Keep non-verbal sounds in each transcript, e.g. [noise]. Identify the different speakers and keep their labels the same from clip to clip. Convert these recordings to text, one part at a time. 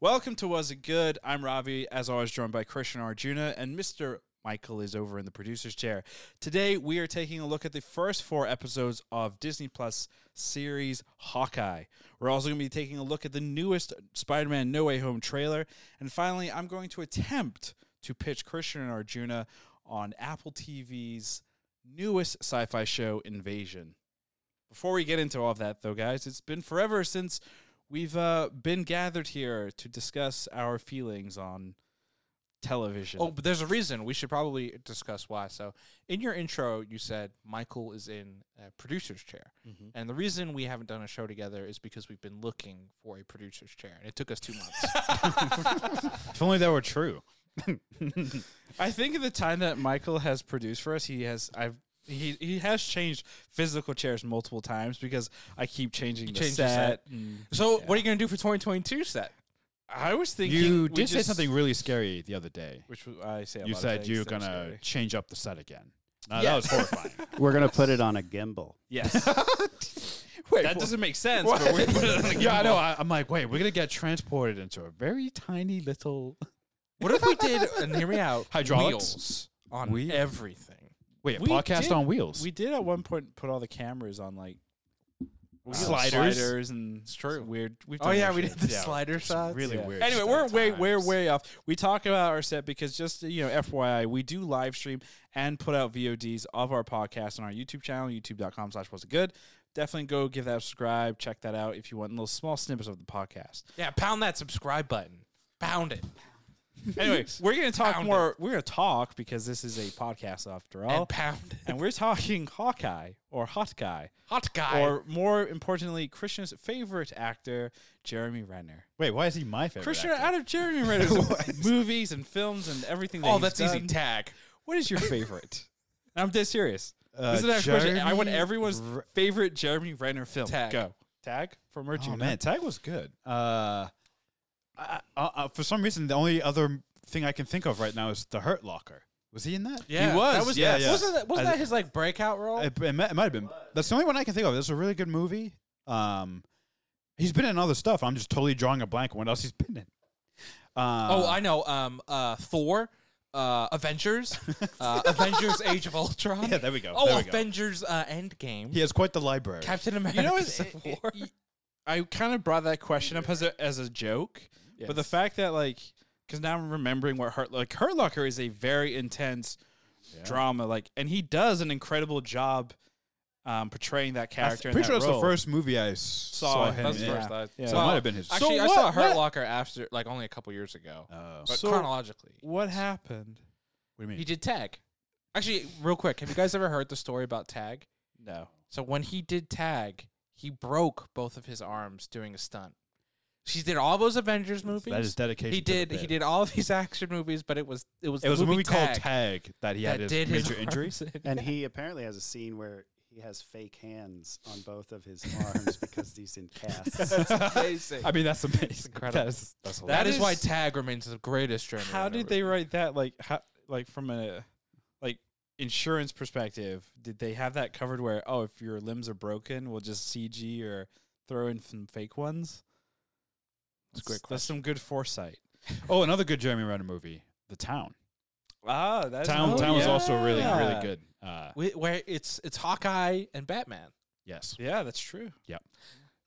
Speaker 1: Welcome to Was It Good? I'm Ravi, as always, joined by Christian Arjuna, and Mr. Michael is over in the producer's chair. Today, we are taking a look at the first four episodes of Disney Plus series Hawkeye. We're also going to be taking a look at the newest Spider Man No Way Home trailer. And finally, I'm going to attempt to pitch Christian and Arjuna on Apple TV's newest sci fi show, Invasion. Before we get into all of that, though, guys, it's been forever since we've uh, been gathered here to discuss our feelings on television.
Speaker 2: Oh, but there's a reason. We should probably discuss why. So, in your intro, you said Michael is in a producer's chair.
Speaker 1: Mhm.
Speaker 2: And the reason we haven't done a show together is because we've been looking for a producer's chair. And it took us two months.
Speaker 3: If only that were true.
Speaker 1: [laughs] I think at the time that Michael has produced for us, he has I've he he has changed physical chairs multiple times because I keep changing the
Speaker 2: changed the
Speaker 1: set.
Speaker 2: set. [laughs] so, what are you going to do for 2022 set?
Speaker 1: I was thinking
Speaker 3: You
Speaker 1: we
Speaker 3: did say
Speaker 1: just-
Speaker 3: something really scary the other day.
Speaker 1: which was, I say. A
Speaker 3: You
Speaker 1: lot of
Speaker 3: said
Speaker 1: things
Speaker 3: you were
Speaker 1: that are
Speaker 3: gonna
Speaker 1: scary.
Speaker 3: [laughs] change up the set again. No,
Speaker 1: Yeah.
Speaker 3: That was horrifying.
Speaker 1: [laughs]
Speaker 4: We're gonna put it on a [laughs] gimbal.
Speaker 1: Yes,
Speaker 2: Wait,
Speaker 1: that doesn't make sense.
Speaker 2: What?
Speaker 1: But we put it on [laughs] the
Speaker 3: yeah, I know. I, I'm like, wait, we're gonna get transported into a very tiny little.
Speaker 2: what if we did, and hear me [laughs] out,
Speaker 3: Hydraulics?
Speaker 2: wheels on
Speaker 3: Wheel-
Speaker 2: everything?
Speaker 3: Wait,
Speaker 1: [laughs]
Speaker 3: a
Speaker 1: We
Speaker 3: podcast
Speaker 1: did-
Speaker 3: on wheels.
Speaker 1: We did at one point put all the cameras on like
Speaker 3: Sliders.
Speaker 1: Oh, sliders and it's
Speaker 2: true.
Speaker 1: Weird. We've
Speaker 2: Oh,
Speaker 1: done
Speaker 2: yeah,
Speaker 1: that
Speaker 2: we
Speaker 1: shit.
Speaker 2: did the
Speaker 3: Yeah,
Speaker 2: slider
Speaker 3: it's
Speaker 2: shots.
Speaker 3: really
Speaker 2: Yeah.
Speaker 3: weird.
Speaker 1: Anyway,
Speaker 3: stuff
Speaker 1: we're
Speaker 3: at
Speaker 1: way, we're
Speaker 3: times.
Speaker 1: way off. We talk about our set because just you know, FYI, we do live stream and put out VODs of our podcast on our YouTube channel, youtube.com slash was it good. Definitely go give that a subscribe, check that out if you want little small snippets of the podcast.
Speaker 2: [laughs] Yeah, pound that subscribe button. Pound it.
Speaker 1: Anyway, we're gonna talk
Speaker 2: Pound
Speaker 1: more we're gonna talk because this is a podcast after all.
Speaker 2: Oh. and pound it.
Speaker 1: and we're talking Hawkeye or Hot Guy.
Speaker 2: Hot guy.
Speaker 1: Or more importantly, Christian's favorite actor, Jeremy Renner.
Speaker 3: Wait, why is he my favorite?
Speaker 1: Christian,
Speaker 3: actor?
Speaker 1: out of Jeremy
Speaker 2: [laughs]
Speaker 1: Renner's movies and films and everything that
Speaker 2: oh,
Speaker 1: he's
Speaker 2: that's easy.
Speaker 1: done,
Speaker 2: Tag.
Speaker 1: What is your favorite? And [laughs] I'm dead serious. this is
Speaker 3: Uh,
Speaker 1: the next question. I want
Speaker 3: Jeremy
Speaker 1: everyone's
Speaker 3: Re-
Speaker 1: favorite Jeremy Renner film.
Speaker 2: Tag.
Speaker 1: Go. Tag for merch.
Speaker 3: Oh man, Tag was good. Uh, I, I, I, for some reason, the only other thing I can think of right now is The Hurt Locker. Was he in that?
Speaker 2: Yeah,
Speaker 1: He was,
Speaker 2: That was
Speaker 3: yeah, yeah.
Speaker 2: Wasn't that, wasn't
Speaker 3: I-
Speaker 2: that his like breakout role?
Speaker 3: It, it, mi- it might have been. That's the only one I can think of. It's a really good movie. Um, he's been in other stuff. I'm just totally drawing a blank. on What else he's been in? Um,
Speaker 2: oh, I know. Um, uh, Thor, uh, [laughs] Avengers, uh, Avengers: Age of Ultron.
Speaker 3: yeah. There we go.
Speaker 2: oh,
Speaker 3: there we go.
Speaker 2: Avengers: uh, Endgame.
Speaker 3: He has quite the library.
Speaker 2: Captain America.
Speaker 1: You know, it's,
Speaker 2: Civil
Speaker 1: it-
Speaker 2: War.
Speaker 1: it- I kind of brought that question up as a, as a joke, but the
Speaker 3: Yes.
Speaker 1: fact that like, because now I'm remembering what Hurt like Hurt Locker is a very intense drama, like, and he does an incredible job um, portraying that
Speaker 3: I'm
Speaker 1: character.
Speaker 3: pretty sure
Speaker 1: in that
Speaker 3: that's the
Speaker 1: role.
Speaker 3: first movie I s- saw,
Speaker 1: Saw it.
Speaker 3: him
Speaker 1: That's
Speaker 3: in.
Speaker 1: the first
Speaker 2: I-
Speaker 1: Yeah.
Speaker 3: So
Speaker 1: Well,
Speaker 3: it might have been his.
Speaker 2: Actually,
Speaker 1: So
Speaker 2: I saw
Speaker 1: what-
Speaker 2: Hurt
Speaker 1: what-
Speaker 2: Locker after like only a couple years ago,
Speaker 3: Oh.
Speaker 2: but
Speaker 1: So-
Speaker 2: chronologically,
Speaker 1: What happened?
Speaker 3: what do you
Speaker 2: he
Speaker 3: mean?
Speaker 2: did Tag. Actually, real quick, have you guys ever heard the story about Tag?
Speaker 1: No.
Speaker 2: So when he did tag, he broke both of his arms doing a stunt. She did all those Avengers movies.
Speaker 3: That is dedication.
Speaker 2: he
Speaker 3: to the
Speaker 2: did he
Speaker 3: bit.
Speaker 2: did all [laughs] of these action movies, but it was it was
Speaker 3: It
Speaker 2: the
Speaker 3: was a
Speaker 2: movie
Speaker 3: movie called
Speaker 2: Tag
Speaker 1: [laughs]
Speaker 3: Tag that he
Speaker 2: that
Speaker 3: had his
Speaker 2: did his
Speaker 3: major injury.
Speaker 2: arms in.
Speaker 4: And he apparently has a scene where he has fake hands on both of his arms because he's in casts.
Speaker 2: [laughs] amazing.
Speaker 3: I
Speaker 1: [laughs]
Speaker 3: mean, that's amazing.
Speaker 2: incredible.
Speaker 3: That is, that's hilarious.
Speaker 2: that is, why
Speaker 1: is-
Speaker 2: Tag remains the greatest German.
Speaker 1: How did they write that? Like, how, like from a like insurance perspective, did they have that covered? Where oh, if your limbs are broken, we'll just CG or throw in some fake ones.
Speaker 2: That's a great
Speaker 1: That's some good foresight.
Speaker 3: Oh, another good Jeremy Renner movie, The Town.
Speaker 1: Ah, that's
Speaker 3: Town,
Speaker 2: oh,
Speaker 3: Town was also really,
Speaker 1: yeah.
Speaker 3: really good. Uh,
Speaker 2: Wh- where it's it's Hawkeye and Batman?
Speaker 3: yes.
Speaker 1: Yeah, that's true.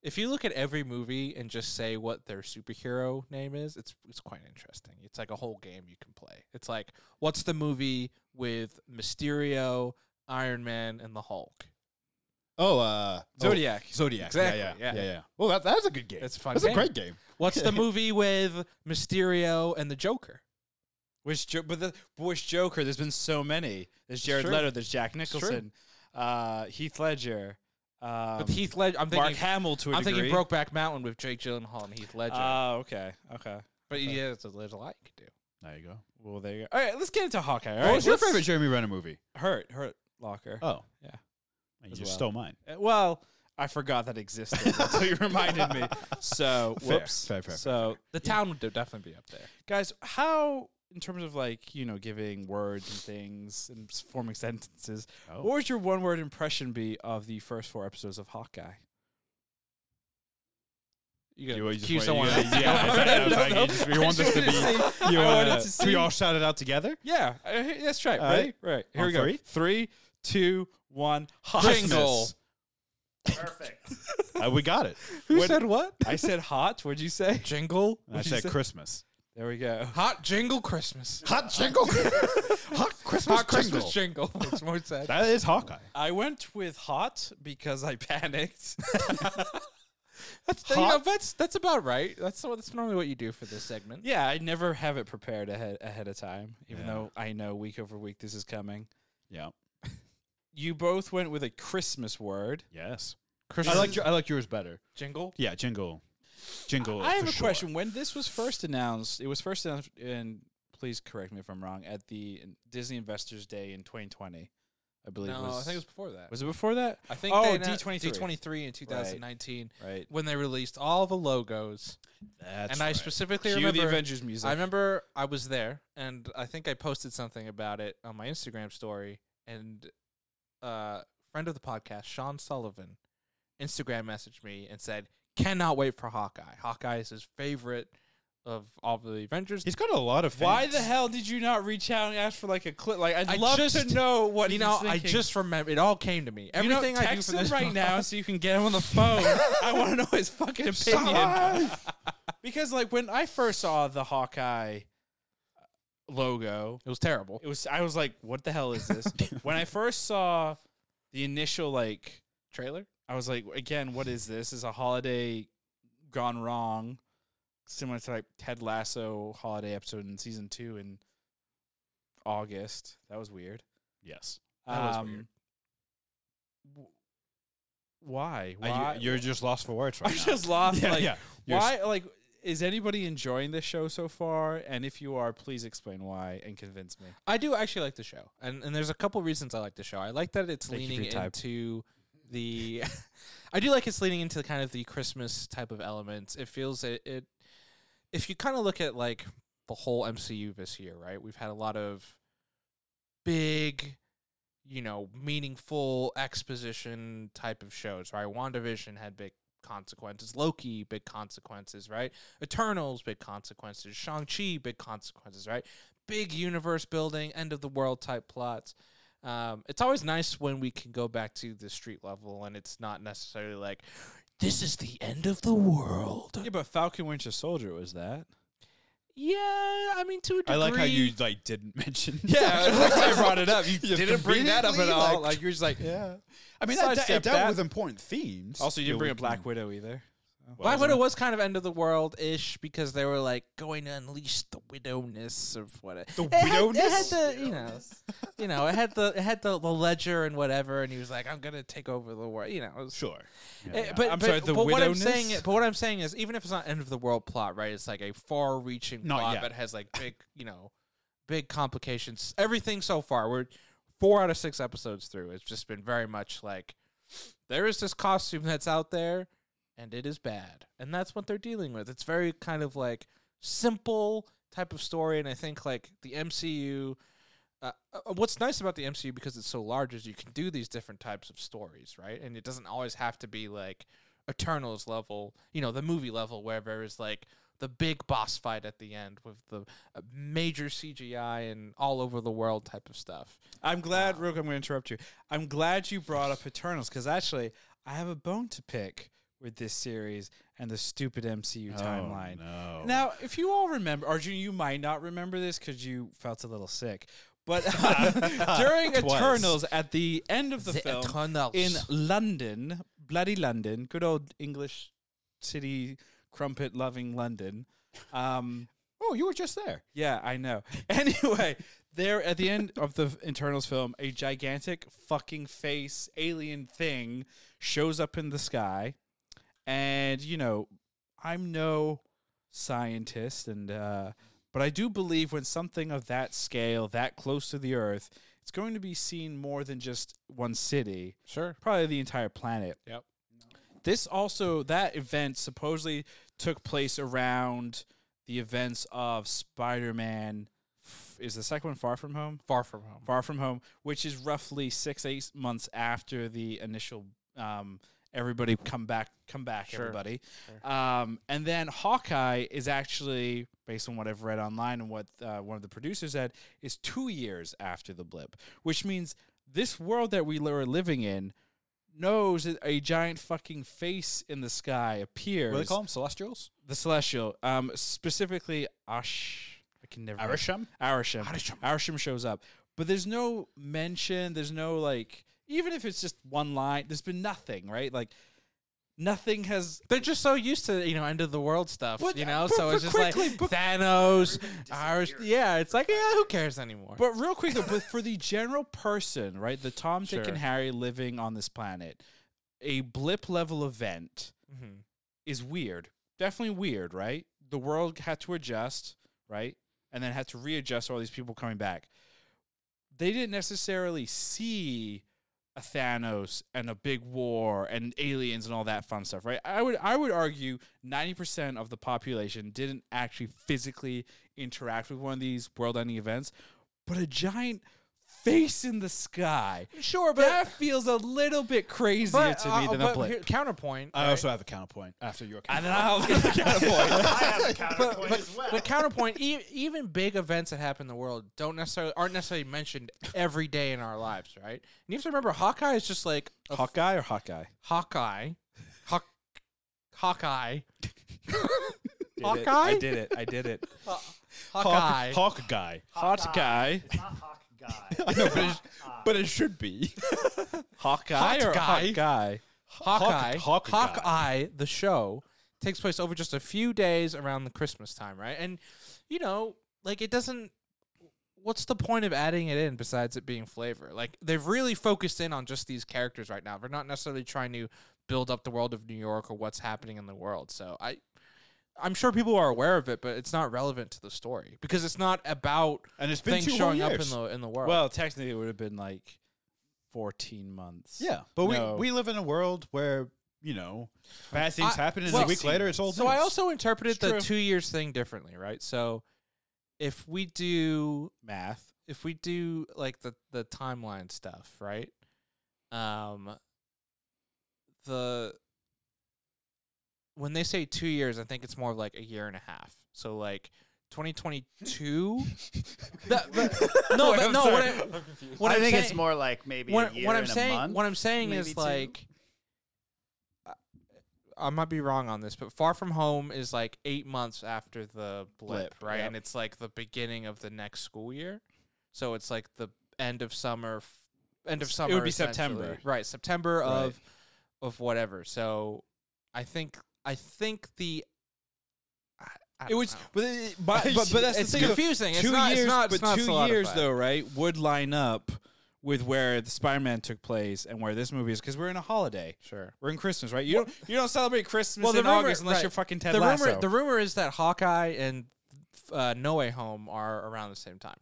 Speaker 2: If you look at every movie and just say what their superhero name is, it's it's quite interesting. It's like a whole game you can play. It's like what's the movie with Mysterio, Iron Man, and the Hulk?
Speaker 3: Oh, uh,
Speaker 1: Zodiac.
Speaker 3: oh, Zodiac.
Speaker 2: Exactly,
Speaker 3: Yeah,
Speaker 2: yeah.
Speaker 3: yeah, yeah, yeah. Well, that, that's a good game.
Speaker 2: That's a fun
Speaker 3: That's
Speaker 2: game.
Speaker 3: a great game.
Speaker 2: What's the movie with Mysterio and the Joker?
Speaker 1: Which jo- but the but which Joker? There's been so many. There's Jared
Speaker 2: true.
Speaker 1: Leto. There's Jack
Speaker 2: It's true.
Speaker 1: Nicholson. Uh, Heath Ledger. Um,
Speaker 2: with Heath Ledger, I'm
Speaker 1: Mark
Speaker 2: thinking.
Speaker 1: Hamill to a
Speaker 2: I'm
Speaker 1: degree.
Speaker 2: thinking Brokeback Mountain with Jake Gyllenhaal and Heath Ledger.
Speaker 1: Ah, okay, okay.
Speaker 2: but yeah, there's a, there's a lot you could do.
Speaker 3: There you go.
Speaker 1: Well, there you go. All right, let's get into Hawkeye. All right,
Speaker 3: what was your
Speaker 1: let's-
Speaker 3: favorite Jeremy Renner movie?
Speaker 1: [laughs] Hurt, hurt locker.
Speaker 3: Oh,
Speaker 1: Yeah.
Speaker 3: And
Speaker 1: As
Speaker 3: you
Speaker 1: well.
Speaker 3: stole mine.
Speaker 1: [laughs] Uh, Well, I forgot that existed [laughs] until you reminded me. So,
Speaker 3: [laughs] Fair,
Speaker 1: whoops.
Speaker 3: fair, fair, fair,
Speaker 1: so,
Speaker 2: The town would definitely be up there.
Speaker 1: guys, how in terms of like you know giving words and things and s- forming sentences,
Speaker 3: Oh.
Speaker 1: what would your one word impression be of the first four episodes of Hawkeye?
Speaker 2: You
Speaker 3: You
Speaker 2: gotta
Speaker 3: just
Speaker 2: cue
Speaker 3: wait-
Speaker 2: someone
Speaker 3: you-
Speaker 2: else.
Speaker 3: yeah,
Speaker 1: [laughs]
Speaker 3: exactly. I was like, you just- you
Speaker 2: I
Speaker 3: want
Speaker 2: just
Speaker 3: this to
Speaker 2: wanted to see-
Speaker 3: You
Speaker 2: I
Speaker 3: wanna-
Speaker 2: wanted to
Speaker 3: Can
Speaker 2: see-
Speaker 3: we all shout it out together?
Speaker 1: Yeah, uh, hey, that's right.
Speaker 3: All
Speaker 1: Ready?
Speaker 3: right.
Speaker 1: Right. Here
Speaker 3: On
Speaker 1: we go.
Speaker 3: three?
Speaker 1: Three, two, one. Hot.
Speaker 2: Jingle.
Speaker 4: Perfect.
Speaker 3: Uh, we
Speaker 1: [laughs]
Speaker 3: got it.
Speaker 2: Who
Speaker 1: What-
Speaker 2: said what?
Speaker 1: I said hot. What'd you say?
Speaker 2: Jingle.
Speaker 3: And
Speaker 1: [laughs]
Speaker 3: I
Speaker 1: What'd you
Speaker 3: said
Speaker 1: say?
Speaker 3: Christmas.
Speaker 1: There we go.
Speaker 2: Hot jingle Christmas.
Speaker 3: Hot jingle. [laughs] hot Christmas
Speaker 2: Hot Christmas jingle. [laughs] Makes more sense.
Speaker 3: That is Hawkeye.
Speaker 1: I went with hot because I
Speaker 2: [laughs]
Speaker 1: panicked.
Speaker 2: That's, you know,
Speaker 3: hot-
Speaker 2: that's that's about right. That's what- that's normally what you do for this segment.
Speaker 1: yeah, I never have it prepared ahead ahead of time, even
Speaker 3: Yeah.
Speaker 1: though I know week over week this is coming.
Speaker 3: Yeah.
Speaker 1: You both went with a Christmas word.
Speaker 3: Yes.
Speaker 2: Christmas
Speaker 3: I like your, I like yours better.
Speaker 2: jingle.
Speaker 3: Yeah, jingle. Jingle.
Speaker 1: I have
Speaker 3: for
Speaker 1: a
Speaker 3: sure.
Speaker 1: question. When this was first announced, it was first announced, and please correct me if I'm wrong, at the Disney Investors Day in 2020, I believe.
Speaker 2: No,
Speaker 1: was,
Speaker 2: I think it was before that.
Speaker 1: Was it before that?
Speaker 2: I think
Speaker 1: Oh,
Speaker 2: they annou-
Speaker 1: D23.
Speaker 2: D23 in 2019
Speaker 1: Right.
Speaker 2: when they released all the logos.
Speaker 3: That's
Speaker 2: and I specifically
Speaker 1: Cue
Speaker 2: remember
Speaker 1: the Avengers music.
Speaker 2: I remember I was there and I think I posted something about it on my Instagram story and uh friend of the podcast Sean Sullivan Instagram messaged me and said cannot wait for Hawkeye. Hawkeye is his favorite of all the Avengers.
Speaker 3: He's got a lot of. Fans.
Speaker 1: Why the hell did you not reach out and ask for like a clip? Like I'd
Speaker 2: I
Speaker 1: love
Speaker 2: just-
Speaker 1: to know what
Speaker 2: you
Speaker 1: he's
Speaker 2: know, I
Speaker 1: thinking.
Speaker 2: just remember it all came to me.
Speaker 1: You know,
Speaker 2: Everything I do
Speaker 1: text
Speaker 2: for
Speaker 1: him [laughs]
Speaker 2: this [laughs]
Speaker 1: right now so you can get him on the phone. I want to know his fucking opinion. [laughs] because like when I first saw the Hawkeye logo,
Speaker 2: It was terrible.
Speaker 1: it was I was like, what the hell is [laughs] this? when I first saw the initial like
Speaker 2: Trailer?
Speaker 1: I was like, again, what is this? Is a holiday gone wrong? Similar to like Ted Lasso holiday episode in season two in August. That was weird.
Speaker 3: Yes.
Speaker 2: That was weird.
Speaker 1: Um, w- why?
Speaker 3: Uh, you-
Speaker 1: Why?
Speaker 3: you're just lost for words right
Speaker 1: I'm
Speaker 3: now.
Speaker 1: just lost.
Speaker 3: [laughs] yeah,
Speaker 1: like,
Speaker 3: yeah. You're
Speaker 1: why? Like, is anybody enjoying this show so far? And if you are, please explain why and convince me.
Speaker 2: I do actually like the show, and and there's a couple reasons I like the show. I like that it's
Speaker 1: Thank you for
Speaker 2: leaning
Speaker 1: your time.
Speaker 2: into the. [laughs] I do like it's leaning into kind of the Christmas type of elements. It feels it. it if you kind of look at like the whole MCU this year, right? We've had a lot of big, you know, meaningful exposition type of shows, right? WandaVision had big consequences, Loki, big consequences, right? Eternals, big consequences, Shang-Chi, big consequences, right? Big universe building, end of the world type plots. Um, it's always nice when we can go back to the street level and it's not necessarily like, this is the end of the world.
Speaker 1: Yeah, but Falcon Winter Soldier was that.
Speaker 2: Yeah, I mean, to a degree.
Speaker 3: I like
Speaker 2: [laughs]
Speaker 3: how you like didn't [laughs] mention.
Speaker 1: I brought it up.
Speaker 3: [laughs]
Speaker 1: You,
Speaker 3: You
Speaker 1: didn't bring that up at
Speaker 3: conveniently,
Speaker 1: all.
Speaker 3: like-
Speaker 1: Like you're just
Speaker 3: [laughs]
Speaker 1: like.
Speaker 3: yeah. I mean, that, that,
Speaker 1: Sidestep
Speaker 3: it dealt
Speaker 1: that.
Speaker 3: with important themes.
Speaker 1: Also, you didn't
Speaker 3: Yeah,
Speaker 1: bring
Speaker 3: we
Speaker 1: a Black
Speaker 3: can-
Speaker 1: Widow either.
Speaker 2: Black Widow was kind of end of the world ish because they were like going to unleash the widowness of what it, [laughs]
Speaker 3: The
Speaker 2: it had-
Speaker 3: widowness?
Speaker 2: it had the you know, you know, it had the it had the, the ledger and whatever, and he was like, "I'm gonna take over the world," you know. it was-
Speaker 3: Sure.
Speaker 2: Eh,
Speaker 3: Yeah.
Speaker 2: But,
Speaker 1: I'm
Speaker 2: but,
Speaker 1: sorry, the
Speaker 2: but what I'm
Speaker 1: widowness?
Speaker 2: saying, but what I'm saying is, even if it's not end of the world plot, right? It's like a far-reaching
Speaker 3: Not
Speaker 2: plot
Speaker 3: yet.
Speaker 2: that has like big, you know, big complications. Everything so far, we're four out of six episodes through. It's just been very much like there is this costume that's out there, and it is bad, and that's what they're dealing with. It's very kind of like simple type of story, and I think like the MCU. Uh, uh, what's nice about the MCU because it's so large is you can do these different types of stories, right? And it doesn't always have to be like Eternals level, you know, the movie level where there is like the big boss fight at the end with the uh, major CGI and all over the world type of stuff.
Speaker 1: I'm glad, Rook. I'm going to interrupt you. I'm glad you brought up Eternals because actually, I have a bone to pick with this series and the stupid MCU timeline.
Speaker 3: Oh, No.
Speaker 1: Now, if you all remember, Arjun, you might not remember this because you felt a little sick. But uh, [laughs] during
Speaker 3: Twice.
Speaker 1: Eternals, at the end of the, film,
Speaker 2: Eternals.
Speaker 1: in London, bloody London, good old English city, crumpet loving London. Um,
Speaker 3: Oh, you were just there.
Speaker 1: yeah, I know. [laughs] Anyway, there at the end of the Internals film, a gigantic fucking face alien thing shows up in the sky. And, you know, I'm no scientist and uh but I do believe when something of that scale, that close to the earth, it's going to be seen more than just one city
Speaker 2: sure.
Speaker 1: probably the entire planet.
Speaker 2: Yep.
Speaker 1: This also that event supposedly took place around the events of Spider-Man. f- Is the second one Far From Home?
Speaker 2: Far from home.
Speaker 1: Far From Home, which is roughly six eight months after the initial um, everybody come back, come back,
Speaker 2: Sure.
Speaker 1: everybody. Um, and then Hawkeye is actually, based on what I've read online and what uh, one of the producers said, is two years after the blip, which means this world that we li- are living in knows that a giant fucking face in the sky appears.
Speaker 3: What do they call them? Celestials?
Speaker 1: The celestial, um, specifically Ash. I can never
Speaker 3: Arishem?
Speaker 1: Arisham.
Speaker 3: Arisham.
Speaker 1: Arisham shows up. But there's no mention, there's no like even if it's just one line, there's been nothing, right? Like nothing has
Speaker 2: They're just so used to you know end of the world stuff,
Speaker 1: But-
Speaker 2: you know.
Speaker 1: but-
Speaker 2: so
Speaker 1: but
Speaker 2: it's just
Speaker 1: quickly,
Speaker 2: like
Speaker 1: but-
Speaker 2: Thanos, Irish. Yeah, it's like yeah, who cares anymore?
Speaker 1: But real quick though, but for the general person, right? The Tom, Dick
Speaker 2: Sure.
Speaker 1: and Harry living on this planet, a blip level event
Speaker 2: Mhm.
Speaker 1: is weird. Definitely weird, right? The world had to adjust, right? And then had to readjust all these people coming back. They didn't necessarily see a Thanos and a big war and aliens and all that fun stuff, right? I would I would argue 90% of the population didn't actually physically interact with one of these world-ending events, but a giant face in the sky.
Speaker 2: sure,
Speaker 1: That feels a little bit crazier
Speaker 2: but,
Speaker 1: to
Speaker 2: uh,
Speaker 1: me than
Speaker 2: but
Speaker 1: a blip.
Speaker 2: here- counterpoint.
Speaker 3: I
Speaker 2: right?
Speaker 3: also have a counterpoint after your
Speaker 1: and
Speaker 3: counterpoint.
Speaker 1: then I'll get the
Speaker 2: [laughs]
Speaker 1: counterpoint.
Speaker 4: I have a
Speaker 2: but,
Speaker 4: counterpoint
Speaker 2: but-
Speaker 4: as well.
Speaker 2: but counterpoint, e- even big events that happen in the world don't necessarily aren't necessarily mentioned every day in our lives, right? And you have to remember, Hawkeye is just like a f-
Speaker 1: Hawkeye or Hawkeye?
Speaker 2: Hawkeye, Hawk, Hawkeye,
Speaker 1: Did it.
Speaker 2: Hawkeye?
Speaker 1: I did it. I did it.
Speaker 2: [laughs] Hawkeye.
Speaker 3: Hawk, Hawk guy. [laughs]
Speaker 1: Hawkeye.
Speaker 4: It's not Hawk Guy. [laughs]
Speaker 3: No, but, it, but it should [laughs] be.
Speaker 1: Hawkeye or
Speaker 2: Hawkeye.
Speaker 1: Hawkeye?
Speaker 2: Hawkeye,
Speaker 3: Hawk- Hawkeye.
Speaker 2: Hawkeye, the show takes place over just a few days around the Christmas time, right? And you know, like it doesn't. What's the point of adding it in besides it being flavor? Like they've really focused in on just these characters right now. They're not necessarily trying to build up the world of New York or what's happening in the world. So I, I'm sure people are aware of it, but it's not relevant to the story because it's not about
Speaker 3: And it's been
Speaker 2: things
Speaker 3: two whole
Speaker 2: showing up in
Speaker 3: years.
Speaker 2: the in the world.
Speaker 1: Well, Oh, technically, it would have been like 14 months.
Speaker 3: Yeah, but
Speaker 1: No.
Speaker 3: we, we live in a world where, you know, bad things
Speaker 2: I-
Speaker 3: happen and
Speaker 2: well-
Speaker 3: a week later it's old
Speaker 2: So I
Speaker 3: news.
Speaker 2: also interpreted
Speaker 1: It's
Speaker 2: the
Speaker 1: true.
Speaker 2: two years thing differently, right? So if we do
Speaker 1: Math.
Speaker 2: if we do like the the timeline stuff, right? Um the when they say 2 years, I think it's more of like a year and a half. So like 2022 That- but- no, but no, what I, what
Speaker 4: I
Speaker 2: I'm
Speaker 4: think
Speaker 2: saying-
Speaker 4: it's more like maybe
Speaker 2: what,
Speaker 4: a year
Speaker 2: what I'm
Speaker 4: and
Speaker 2: saying,
Speaker 4: a month.
Speaker 2: What I'm saying
Speaker 4: maybe
Speaker 2: is
Speaker 4: two.
Speaker 2: like, I- I might be wrong on this, but Far From Home is like eight months after the blip,
Speaker 1: Blip,
Speaker 2: right?
Speaker 1: yep.
Speaker 2: And it's like the beginning of the next school year, so it's like the end of summer, f- end of
Speaker 1: It
Speaker 2: summer.
Speaker 1: would be
Speaker 2: essentially.
Speaker 1: September.
Speaker 2: right? September
Speaker 1: Right.
Speaker 2: of of whatever. So I think I think the. I, I
Speaker 1: It
Speaker 2: don't
Speaker 1: was, [laughs]
Speaker 2: know.
Speaker 1: but, it-
Speaker 2: [laughs]
Speaker 1: but, but, but that's
Speaker 2: it's
Speaker 1: the thing. though.
Speaker 2: confusing. It's
Speaker 1: two
Speaker 2: not,
Speaker 1: years,
Speaker 2: it's not,
Speaker 1: but
Speaker 2: it's not
Speaker 1: two years
Speaker 2: solidified.
Speaker 1: though, right? Would line up with where the Spider-Man took place and where this movie is because we're in a holiday.
Speaker 2: Sure.
Speaker 1: We're in Christmas, right? You don't you don't celebrate Christmas
Speaker 2: Well, the
Speaker 1: in
Speaker 2: rumor-
Speaker 1: August unless
Speaker 2: right.
Speaker 1: you're fucking Ted
Speaker 2: the
Speaker 1: Lasso.
Speaker 2: rumor the rumor is that Hawkeye and uh, No Way Home are around the same time.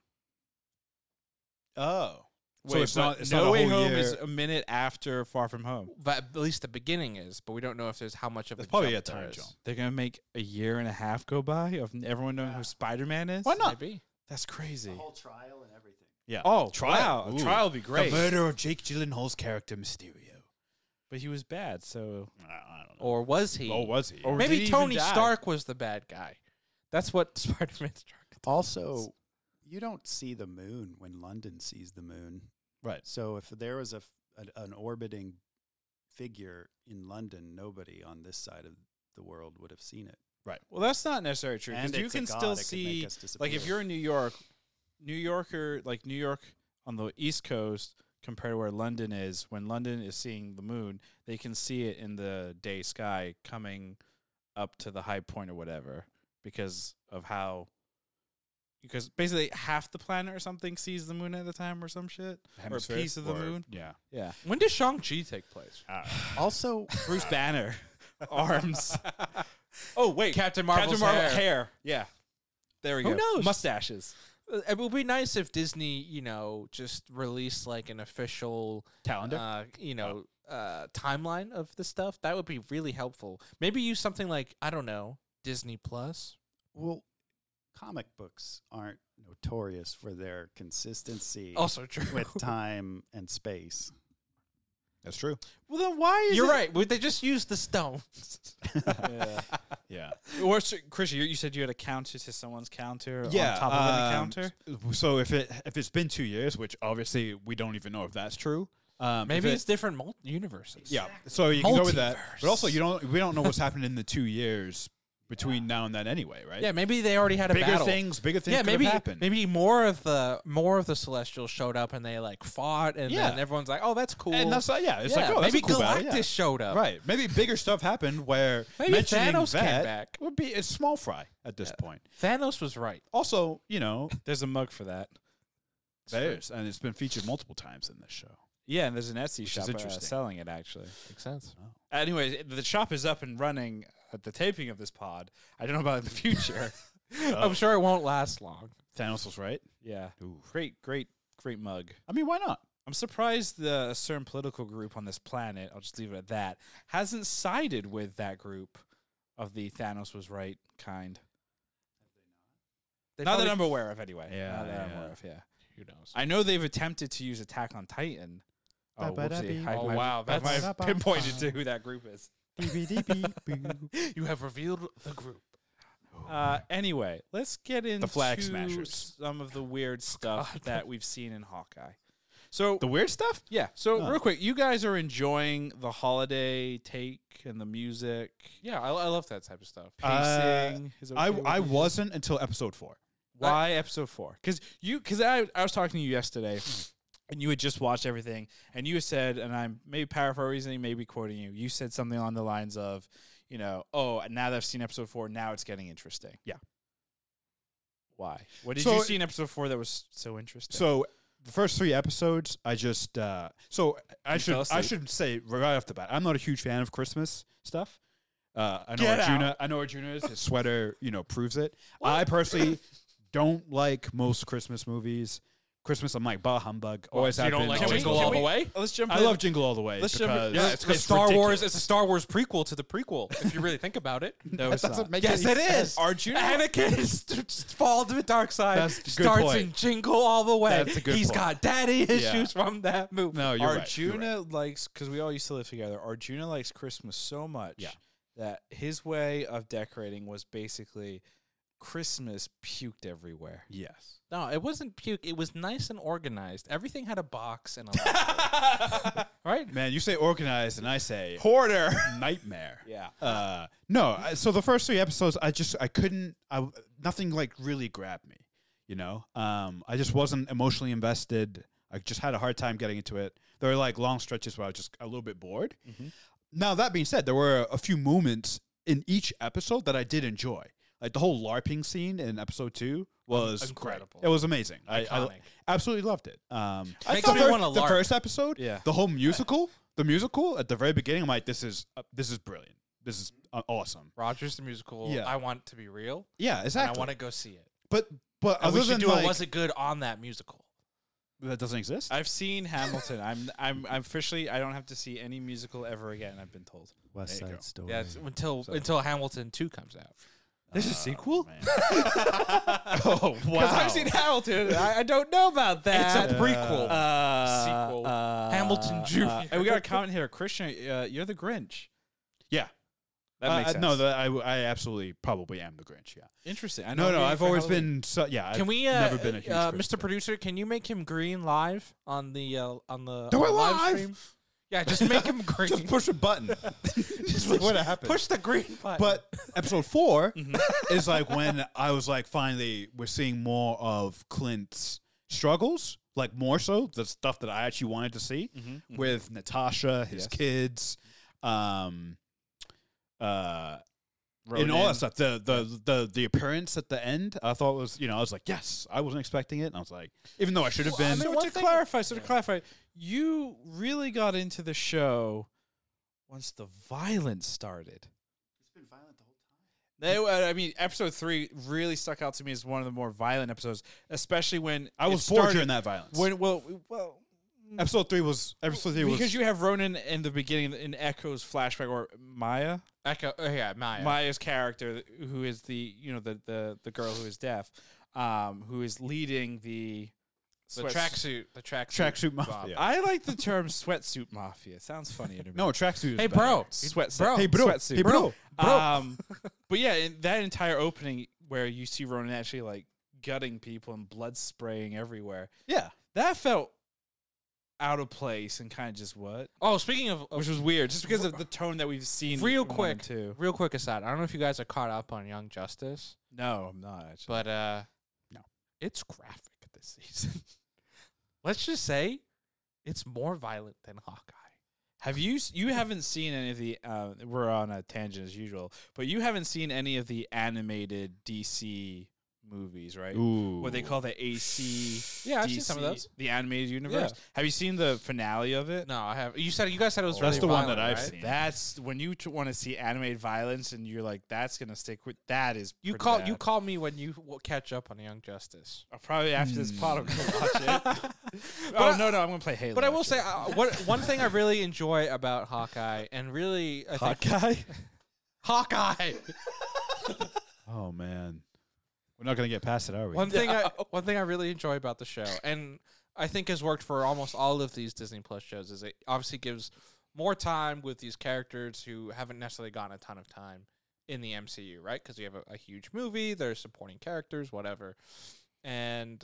Speaker 3: Oh.
Speaker 1: Wait,
Speaker 3: it's
Speaker 1: but
Speaker 3: not- it's
Speaker 1: No
Speaker 3: not a
Speaker 1: Way
Speaker 3: whole
Speaker 1: Home
Speaker 3: year.
Speaker 1: is a minute after Far From Home.
Speaker 2: But at least the beginning is, but we don't know if there's how much of
Speaker 3: That's
Speaker 2: a
Speaker 3: probably
Speaker 2: jump
Speaker 3: a time
Speaker 2: there is.
Speaker 3: jump.
Speaker 1: They're gonna make a year and a half go by of n- everyone knowing who Spider Man is.
Speaker 3: Why not?
Speaker 2: Maybe.
Speaker 1: That's crazy.
Speaker 4: The whole trial and everything.
Speaker 3: Yeah.
Speaker 1: Oh, trial.
Speaker 3: Ooh.
Speaker 1: Trial would be great.
Speaker 3: The murder of Jake Gyllenhaal's character Mysterio.
Speaker 1: But he was bad, so
Speaker 3: I, I don't know.
Speaker 2: Or was he?
Speaker 3: Oh, was he?
Speaker 1: Or did he
Speaker 2: maybe
Speaker 1: even
Speaker 2: Tony
Speaker 1: die?
Speaker 2: Stark was the bad guy. That's what [laughs] Spider Man's trying to
Speaker 4: Also, you don't see the moon when London sees the moon.
Speaker 3: right.
Speaker 4: So if there was a f- an, an orbiting figure in London, nobody on this side of the world would have seen it.
Speaker 1: Well, that's not necessarily true
Speaker 4: And
Speaker 1: because you
Speaker 4: it's a
Speaker 1: can
Speaker 4: god,
Speaker 1: still
Speaker 4: it could make
Speaker 1: see,
Speaker 4: us disappear.
Speaker 1: like, if
Speaker 4: [laughs]
Speaker 1: you're in New York, New Yorker, like New York on the East Coast compared to where London is. When London is seeing the moon, they can see it in the day sky coming up to the high point or whatever because of how. Because basically half the planet or something sees the moon at a time or some shit or a
Speaker 3: Hemisphere?
Speaker 1: piece of the
Speaker 3: Or-
Speaker 1: moon.
Speaker 3: Yeah.
Speaker 1: Yeah,
Speaker 2: do. When does Shang Chi take place?
Speaker 4: Also,
Speaker 1: Bruce Banner, [laughs] arms. Oh wait,
Speaker 2: Captain
Speaker 1: Captain
Speaker 2: Marvel's
Speaker 1: Marvel
Speaker 2: hair.
Speaker 1: hair. Yeah, there we
Speaker 2: Who
Speaker 1: go.
Speaker 2: knows?
Speaker 1: Mustaches. [laughs]
Speaker 2: Uh, It would be nice if Disney, you know, just released like an official
Speaker 3: Calendar.
Speaker 2: uh, you know, uh, timeline of the stuff. That would be really helpful. Maybe use something like I don't know Disney Plus.
Speaker 4: well, comic books aren't notorious
Speaker 2: Oh,
Speaker 4: for their consistency
Speaker 2: Also true.
Speaker 4: with time and space.
Speaker 3: That's true.
Speaker 1: Well, then why is
Speaker 2: You're
Speaker 1: it-
Speaker 2: right. Would they just use the stones?
Speaker 3: Yeah.
Speaker 1: Or s- Chris, you, you said you had a counter to someone's counter
Speaker 3: yeah.
Speaker 1: on top of an
Speaker 3: um,
Speaker 1: counter.
Speaker 3: So if it if it's been two years, which obviously we don't even know if that's true. Um,
Speaker 2: [laughs]
Speaker 3: if
Speaker 2: Maybe
Speaker 3: it-
Speaker 2: it's different mul- universes.
Speaker 3: yeah. So you can go with that, but also
Speaker 2: Multiverse.
Speaker 3: you don't we don't know what's happened in the two years between now and then anyway, right?
Speaker 2: Yeah, maybe they already had a
Speaker 3: Bigger
Speaker 2: battle.
Speaker 3: things, bigger things.
Speaker 2: yeah,
Speaker 3: could have
Speaker 2: maybe
Speaker 3: happened.
Speaker 2: maybe more of the more of the Celestials showed up and they like fought, and
Speaker 3: Yeah.
Speaker 2: then everyone's like, "Oh, that's cool."
Speaker 3: And that's like, yeah, it's
Speaker 2: yeah,
Speaker 3: like oh, that's
Speaker 2: maybe
Speaker 3: a cool
Speaker 2: Galactus
Speaker 3: battle, yeah.
Speaker 2: showed up.
Speaker 3: Right. Maybe bigger stuff happened where
Speaker 2: Maybe
Speaker 3: mentioning
Speaker 2: Thanos came
Speaker 3: that
Speaker 2: back.
Speaker 3: would be it's small fry at this point.
Speaker 2: Thanos was
Speaker 3: [laughs]
Speaker 2: right.
Speaker 3: Also,
Speaker 2: [coughs]
Speaker 3: you know,
Speaker 1: There's a mug for that.
Speaker 3: there's and it's been featured multiple times in this show.
Speaker 1: Yeah, and there's an Etsy shop uh,
Speaker 3: interesting.
Speaker 1: selling it actually.
Speaker 2: Makes sense.
Speaker 3: Oh.
Speaker 1: Anyway, the shop is up and running at the taping of this pod. I don't know about in the [laughs] future.
Speaker 2: I'm sure it won't last long.
Speaker 3: Thanos was right.
Speaker 1: yeah,
Speaker 3: Ooh.
Speaker 1: great, great, great mug.
Speaker 3: I mean, why not?
Speaker 1: I'm surprised the a certain political group on this planet, I'll just leave it at that, hasn't sided with that group of the Thanos was right kind.
Speaker 2: They
Speaker 1: Not that
Speaker 2: probably-
Speaker 1: I'm aware of, anyway.
Speaker 3: Yeah,
Speaker 1: Not that I'm
Speaker 3: yeah.
Speaker 1: aware of, yeah.
Speaker 2: Who knows?
Speaker 1: I know they've attempted to use Attack on Titan. Oh, whoopsie.
Speaker 3: Ba-ba-da-bee.
Speaker 1: I-
Speaker 2: Oh,
Speaker 1: I've-
Speaker 2: wow,
Speaker 1: I've-
Speaker 2: that's-
Speaker 1: I've pinpointed to who that group is.
Speaker 4: [laughs]
Speaker 2: [laughs] you have revealed the group.
Speaker 1: Uh, anyway, let's get into
Speaker 3: flag smashers.
Speaker 1: some of the weird stuff
Speaker 2: Oh, God.
Speaker 1: that we've seen in Hawkeye. So
Speaker 3: The weird stuff?
Speaker 1: yeah, so
Speaker 3: Oh.
Speaker 1: real quick, you guys are enjoying the holiday take and the music.
Speaker 2: Yeah, I, I love that type of stuff.
Speaker 1: Pacing.
Speaker 3: Uh,
Speaker 1: is okay
Speaker 3: I,
Speaker 1: with
Speaker 3: I
Speaker 1: you?
Speaker 3: wasn't until episode four.
Speaker 1: Why episode four? Because you, because I, I was talking to you yesterday, and you had just watched everything, and you said, and I'm maybe paraphrasing, maybe quoting you. You said something along the lines of, you know, oh, now that I've seen episode four, now it's getting interesting.
Speaker 3: Yeah.
Speaker 1: Why? What did
Speaker 3: So-
Speaker 1: you see in episode four that was so interesting?
Speaker 3: So the first three episodes, I just uh, so I
Speaker 1: You fell
Speaker 3: should I
Speaker 1: asleep.
Speaker 3: should say right off the bat, I'm not a huge fan of Christmas stuff. Uh, I know
Speaker 1: Get
Speaker 3: Arjuna. I know Arjuna is his sweater. You know, proves it. I personally don't like most Christmas movies. Christmas, I'm like bah humbug. Always
Speaker 2: you
Speaker 3: happens.
Speaker 2: don't like
Speaker 3: always
Speaker 2: Jingle
Speaker 3: goes
Speaker 2: All the
Speaker 3: away.
Speaker 2: Way?
Speaker 1: let's jump.
Speaker 3: I
Speaker 1: in.
Speaker 3: love Jingle All the Way
Speaker 1: Let's jump in-
Speaker 3: because
Speaker 1: Yeah,
Speaker 2: it's, it's Star Wars. It's a Star Wars prequel to the prequel. If you really think about
Speaker 3: [laughs]
Speaker 2: it,
Speaker 1: No, it's not.
Speaker 3: make
Speaker 2: yes,
Speaker 3: any
Speaker 2: it is. [laughs]
Speaker 3: sense.
Speaker 1: Arjuna-
Speaker 2: Anakin is just fall to the dark side.
Speaker 3: That's a good
Speaker 2: starts
Speaker 3: point.
Speaker 2: in Jingle all the way.
Speaker 3: That's a good
Speaker 2: He's
Speaker 3: point.
Speaker 2: got daddy issues from that movie.
Speaker 3: No, you're right. You're right.
Speaker 1: Arjuna likes because we all used to live together. Arjuna likes Christmas so much
Speaker 3: Yeah.
Speaker 1: that his way of decorating was basically Christmas puked everywhere.
Speaker 3: Yes.
Speaker 2: No, it wasn't puke. It was nice and organized. Everything had a box [laughs] and a locker. right.
Speaker 3: Man, you say organized, and I say
Speaker 1: Hoarder.
Speaker 3: [laughs] nightmare.
Speaker 1: Yeah.
Speaker 3: Uh, no, I- so the first three episodes, I just I couldn't. I nothing like really grabbed me. You know, um, I just wasn't emotionally invested. I just had a hard time getting into it. There were like long stretches where I was just a little bit bored. Now that being said, there were a few moments in each episode that I did enjoy. Like the whole LARPing scene in episode two was great.
Speaker 2: incredible.
Speaker 3: It was amazing. I, I
Speaker 2: Iconic.
Speaker 3: absolutely loved it. Um, I
Speaker 2: Makes
Speaker 3: thought
Speaker 2: me
Speaker 3: the,
Speaker 2: wanna
Speaker 3: the
Speaker 2: LARP.
Speaker 3: first episode,
Speaker 1: Yeah.
Speaker 3: the whole musical, the musical at the very beginning, I'm like, this is uh, this is brilliant. This is uh, awesome.
Speaker 2: Rogers the musical.
Speaker 3: Yeah.
Speaker 2: I want it to be real.
Speaker 3: Yeah,
Speaker 2: and
Speaker 3: exactly.
Speaker 2: I want to go see it.
Speaker 3: but but
Speaker 2: And
Speaker 3: other
Speaker 2: we should
Speaker 3: than
Speaker 2: do
Speaker 3: like,
Speaker 2: a was it good on that musical.
Speaker 3: that doesn't exist.
Speaker 1: I've seen Hamilton. I'm I'm I'm officially I don't have to see any musical ever again, I've been told.
Speaker 4: West
Speaker 3: There you go.
Speaker 4: Side Story. Um,
Speaker 2: Yeah, it's until until Hamilton two comes out.
Speaker 1: There's a sequel?
Speaker 3: Uh,
Speaker 2: [laughs]
Speaker 3: oh wow!
Speaker 1: Because I've seen Hamilton. and I, I don't know about that.
Speaker 2: It's a prequel.
Speaker 1: Uh,
Speaker 2: Sequel.
Speaker 1: uh,
Speaker 2: Hamilton
Speaker 1: uh,
Speaker 2: Jr..
Speaker 1: and we got a comment here. Christian, uh, you're the Grinch.
Speaker 3: yeah.
Speaker 1: That
Speaker 3: Uh,
Speaker 1: makes
Speaker 3: uh,
Speaker 1: sense.
Speaker 3: No, that I, I absolutely probably am the Grinch. Yeah.
Speaker 1: Interesting. I know
Speaker 3: No, no,
Speaker 1: we-
Speaker 3: I've
Speaker 1: for
Speaker 3: always
Speaker 1: Halloween-
Speaker 3: been. So, yeah,
Speaker 2: Can
Speaker 3: I've
Speaker 2: we, uh,
Speaker 3: never been a huge
Speaker 2: uh,
Speaker 3: Grinch
Speaker 2: Mr.
Speaker 3: fan.
Speaker 2: Producer? Can you make him green live on the uh, on the
Speaker 3: Do
Speaker 2: on
Speaker 3: it
Speaker 2: the live,
Speaker 3: live!
Speaker 2: stream? Yeah, just make
Speaker 3: [laughs]
Speaker 2: him green.
Speaker 3: [laughs] Just push a button. Just like, what happened?
Speaker 2: Push the green button.
Speaker 3: But
Speaker 1: [laughs]
Speaker 3: episode 4
Speaker 1: Mm-hmm.
Speaker 3: is like when I was like, finally, we're seeing more of Clint's struggles, like more so the stuff that I actually wanted to see with Natasha,
Speaker 1: Mm-hmm.
Speaker 3: his
Speaker 1: Yes.
Speaker 3: kids, um, uh, and all
Speaker 1: Ronan.
Speaker 3: that stuff. The, the the the appearance at the end, I thought was, you know, I was like, yes, I wasn't expecting it, and I was like, even though I should have
Speaker 1: Well, I
Speaker 3: been.
Speaker 1: mean,
Speaker 2: one
Speaker 1: to
Speaker 2: thing-
Speaker 1: clarify, so to clarify, you really got into the show once the violence started. It's been violent the whole time. They, uh, I mean, episode three really stuck out to me as one of the more violent episodes, especially when
Speaker 3: I
Speaker 1: it
Speaker 3: was bored
Speaker 1: started-
Speaker 3: during that violence.
Speaker 1: When well, well,
Speaker 3: episode three was episode three was
Speaker 1: because you have Ronan in the beginning in Echo's flashback or Maya,
Speaker 2: Echo, oh yeah, Maya.
Speaker 1: Maya's character, who is the you know the the the girl who is deaf, um, who is leading the
Speaker 2: The
Speaker 1: Sweats-
Speaker 2: tracksuit. The tracksuit.
Speaker 3: Tracksuit
Speaker 2: Bob.
Speaker 3: mafia.
Speaker 1: I like the term sweatsuit mafia. Sounds funny to me.
Speaker 3: No, tracksuit. is
Speaker 2: Hey,
Speaker 3: better.
Speaker 2: bro.
Speaker 1: sweatsuit.
Speaker 2: Bro.
Speaker 3: Hey, bro.
Speaker 1: Sweatsuit.
Speaker 3: Hey, bro.
Speaker 2: Bro.
Speaker 1: Um, [laughs]
Speaker 3: [laughs]
Speaker 1: but yeah, in that entire opening where you see Ronan actually like gutting people and blood spraying everywhere,
Speaker 3: Yeah.
Speaker 1: that felt out of place and kind of just what,
Speaker 2: Oh, speaking of, of [laughs]
Speaker 1: which was weird, just because of the tone that we've seen.
Speaker 2: real
Speaker 1: in one and
Speaker 2: quick,
Speaker 1: two.
Speaker 2: real quick aside, I don't know if you guys are caught up on Young Justice,
Speaker 1: No, I'm not. Actually.
Speaker 2: but uh,
Speaker 3: No.
Speaker 2: it's graphic this [laughs] season. Let's just say it's more violent than Hawkeye.
Speaker 1: Have you s- you haven't seen any of the uh, we're on a tangent as usual, but you haven't seen any of the animated DC movies, right?
Speaker 3: Ooh.
Speaker 1: What they call the AC
Speaker 2: Yeah, I've
Speaker 1: DC,
Speaker 2: seen some of those.
Speaker 1: the animated universe. Have you seen the finale of it?
Speaker 2: No, I have. You said you guys said it was.
Speaker 3: That's
Speaker 2: really
Speaker 3: the one
Speaker 2: violent,
Speaker 3: that I've
Speaker 2: right?
Speaker 3: seen.
Speaker 1: That's when you t- want to see animated violence, and you're like, "That's gonna stick with that." Is
Speaker 2: You
Speaker 1: pretty
Speaker 2: call
Speaker 1: bad.
Speaker 2: you call me when you w- catch up on Young
Speaker 3: [laughs]
Speaker 2: Justice.
Speaker 1: I'll probably after
Speaker 3: Hmm.
Speaker 1: this pod,
Speaker 2: [laughs]
Speaker 1: I'm gonna watch it.
Speaker 2: Hmm. But
Speaker 1: oh
Speaker 2: I-
Speaker 1: no, no, I'm gonna play Halo.
Speaker 2: But I will
Speaker 1: actually.
Speaker 2: say, uh, what one thing I really enjoy about Hawkeye, and really, I think
Speaker 3: Hawkeye.
Speaker 2: Hawkeye.
Speaker 3: [laughs] Oh man, we're not gonna get past it, are we?
Speaker 2: One thing I one thing I really enjoy about the show, and I think has worked for almost all of these Disney Plus shows, is it obviously gives more time with these characters who haven't necessarily gotten a ton of time in the MCU, right? Because you have a, a huge movie, there's supporting characters, whatever, and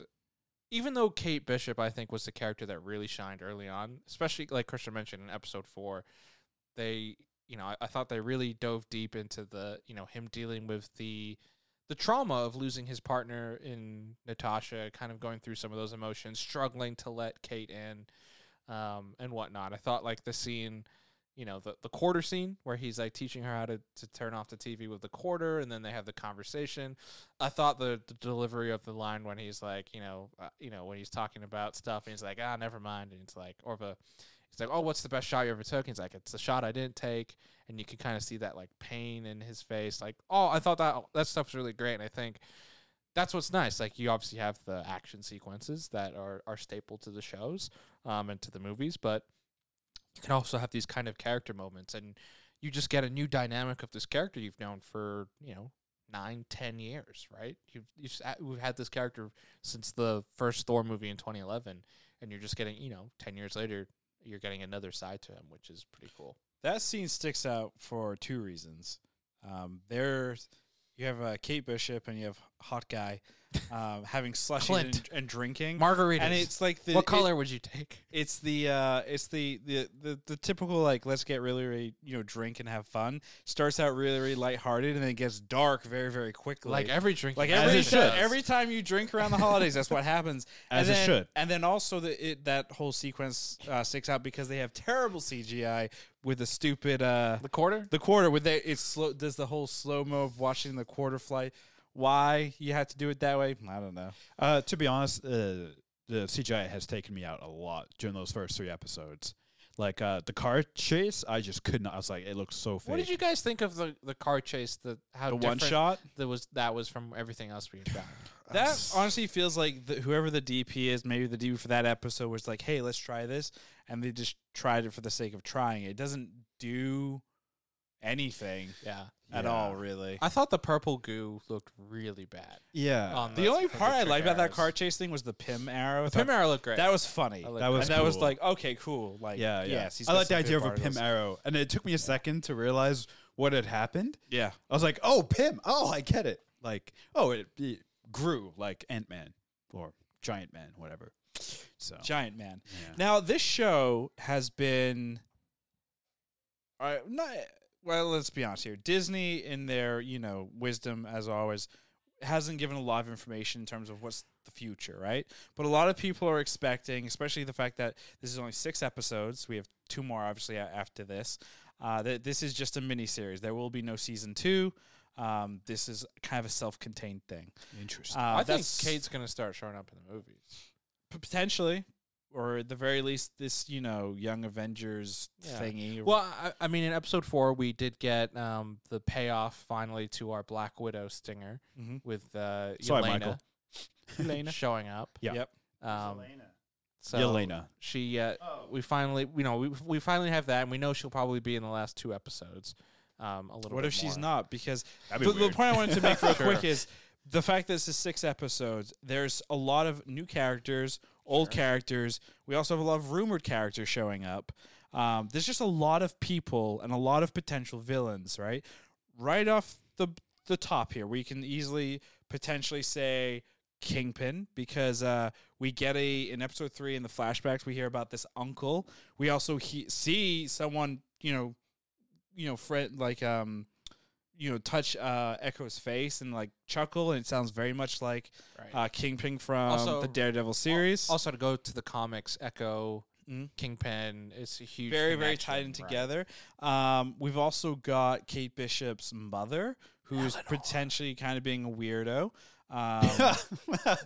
Speaker 2: even though Kate Bishop, I think, was the character that really shined early on, especially like Christian mentioned in episode four, they, you know, I, I thought they really dove deep into the, you know, him dealing with the, the trauma of losing his partner in Natasha, kind of going through some of those emotions, struggling to let Kate in, um, and whatnot. I thought like the scene, you know, the, the quarter scene where he's like teaching her how to, to turn off the TV with the quarter, and then they have the conversation. I thought the, the delivery of the line when he's like, you know, uh, you know, when he's talking about stuff, and he's like, ah, never mind, and it's like, or the, he's like, oh, what's the best shot you ever took? And he's like, it's the shot I didn't take, and you can kind of see that like pain in his face, like, oh, I thought that that stuff's really great, and I think that's what's nice. Like you obviously have the action sequences that are are staple to the shows, um, and to the movies, but you can also have these kind of character moments, and you just get a new dynamic of this character you've known for you know nine, ten years, right? You've, you've s- we've had this character since the first Thor movie in 2011, and you're just getting, you know, ten years later, you're getting another side to him, which is pretty cool.
Speaker 1: that scene sticks out for two reasons. Um, there's you have uh, Kate Bishop and you have Hot
Speaker 2: [laughs]
Speaker 1: Guy um, having slushy and,
Speaker 2: Clint.
Speaker 1: and drinking,
Speaker 2: Margaritas.
Speaker 1: and it's like the
Speaker 2: what
Speaker 1: it-
Speaker 2: color would you take?
Speaker 1: it's the uh, it's the, the the the typical like let's get really really you know drink and have fun. Starts out really really lighthearted and then it gets dark very very quickly.
Speaker 2: Like every drink,
Speaker 1: Like
Speaker 2: you
Speaker 3: As
Speaker 1: every
Speaker 3: it
Speaker 2: have.
Speaker 1: ti-
Speaker 3: should.
Speaker 1: every time you drink around the holidays, that's what
Speaker 3: [laughs]
Speaker 1: happens.
Speaker 3: As
Speaker 1: and
Speaker 3: it
Speaker 1: then,
Speaker 3: should.
Speaker 1: And then also the, it, that whole sequence uh, sticks out because they have terrible CGI with the stupid uh,
Speaker 2: the quarter.
Speaker 1: the quarter with the it's slow. Does the whole slow mo of watching the quarter fly? Why you had to do it that way? I don't know.
Speaker 3: Uh, to be honest, uh, the CGI has taken me out a lot during those first three episodes. Like uh, the car chase, I just could not. I was like, it looks so fake.
Speaker 2: What did you guys think of the, the car chase? The how
Speaker 1: The one
Speaker 2: different
Speaker 1: shot.
Speaker 2: that was that was from everything else we've
Speaker 1: [laughs]
Speaker 2: got.
Speaker 1: That honestly feels like the, whoever the DP is, maybe the DP for that episode was like, "Hey, let's try this," and they just tried it for the sake of trying it. It doesn't do anything
Speaker 2: Yeah,
Speaker 1: at
Speaker 3: Yeah.
Speaker 1: all, really.
Speaker 2: I thought the purple goo looked really bad.
Speaker 3: Yeah,
Speaker 2: on
Speaker 1: Uh, the only
Speaker 2: from
Speaker 1: part I
Speaker 2: trick
Speaker 1: liked about that
Speaker 2: arrows.
Speaker 1: car chase thing was the Pim arrow. I
Speaker 2: Pim
Speaker 1: thought
Speaker 2: arrow looked great.
Speaker 1: That was funny.
Speaker 2: I liked
Speaker 3: That was
Speaker 1: and that was
Speaker 3: cool.
Speaker 1: like, okay, cool. Like,
Speaker 3: yeah, yeah.
Speaker 1: yes, he's
Speaker 3: I
Speaker 1: got
Speaker 3: like the
Speaker 1: some
Speaker 3: idea
Speaker 1: good
Speaker 3: of a pim
Speaker 1: particles.
Speaker 3: arrow, and it took me a second to realize what had happened.
Speaker 1: Yeah,
Speaker 3: I was like, oh, pim. Oh, I get it. Like, oh, it, it grew like Ant Man or Giant Man, whatever. So
Speaker 1: giant man.
Speaker 3: yeah.
Speaker 1: Now this show has been, all right, not well. Let's be honest here. Disney, in their you know wisdom as always, hasn't given a lot of information in terms of what's the future, right? But a lot of people are expecting, especially the fact that this is only six episodes. We have two more, obviously, a- after this. Uh, that this is just a mini series. There will be no season two. Um, this is kind of a self-contained thing.
Speaker 3: interesting.
Speaker 1: Uh,
Speaker 2: I think
Speaker 1: that's-
Speaker 2: Kate's gonna start showing up in the movies.
Speaker 1: P- potentially, or at the very least, this you know Young Avengers
Speaker 2: Yeah.
Speaker 1: thingy.
Speaker 2: Well, I, I mean, in episode four, we did get um, the payoff finally to our Black Widow stinger
Speaker 1: Mhm.
Speaker 2: with uh,
Speaker 3: Sorry,
Speaker 2: Yelena
Speaker 1: Elena.
Speaker 2: [laughs]
Speaker 1: [laughs]
Speaker 2: showing up.
Speaker 3: Yeah.
Speaker 1: Yep.
Speaker 2: Um, so
Speaker 3: Yelena.
Speaker 2: she uh,
Speaker 4: Oh,
Speaker 2: we finally you know we, we finally have that and we know she'll probably be in the last two episodes um a little
Speaker 1: What
Speaker 2: bit
Speaker 1: if she's
Speaker 2: more.
Speaker 1: not? Because
Speaker 3: That'd
Speaker 1: the,
Speaker 3: be
Speaker 1: the
Speaker 3: weird.
Speaker 1: point I wanted to
Speaker 3: [laughs]
Speaker 1: make real
Speaker 2: Sure.
Speaker 1: quick is the fact that this is six episodes. There's a lot of new characters, old characters. We also have a lot of rumored characters showing up. Um, there's just a lot of people and a lot of potential villains, right? Right off the the top here, we can easily potentially say Kingpin because uh, we get a in episode three in the flashbacks we hear about this uncle. We also he- see someone you know, you know, friend like um, you know, touch uh, Echo's face and like chuckle, and it sounds very much like
Speaker 2: Right.
Speaker 1: uh, Kingpin from
Speaker 2: Also-
Speaker 1: the Daredevil series.
Speaker 2: Also, to go to the comics, Echo,
Speaker 1: Mhm.
Speaker 2: Kingpin, it's a huge,
Speaker 1: very very
Speaker 2: connection,
Speaker 1: tied in
Speaker 2: right.
Speaker 1: together. Um, we've also got Kate Bishop's mother, who's potentially kind of being a weirdo.
Speaker 2: [laughs]
Speaker 1: Um,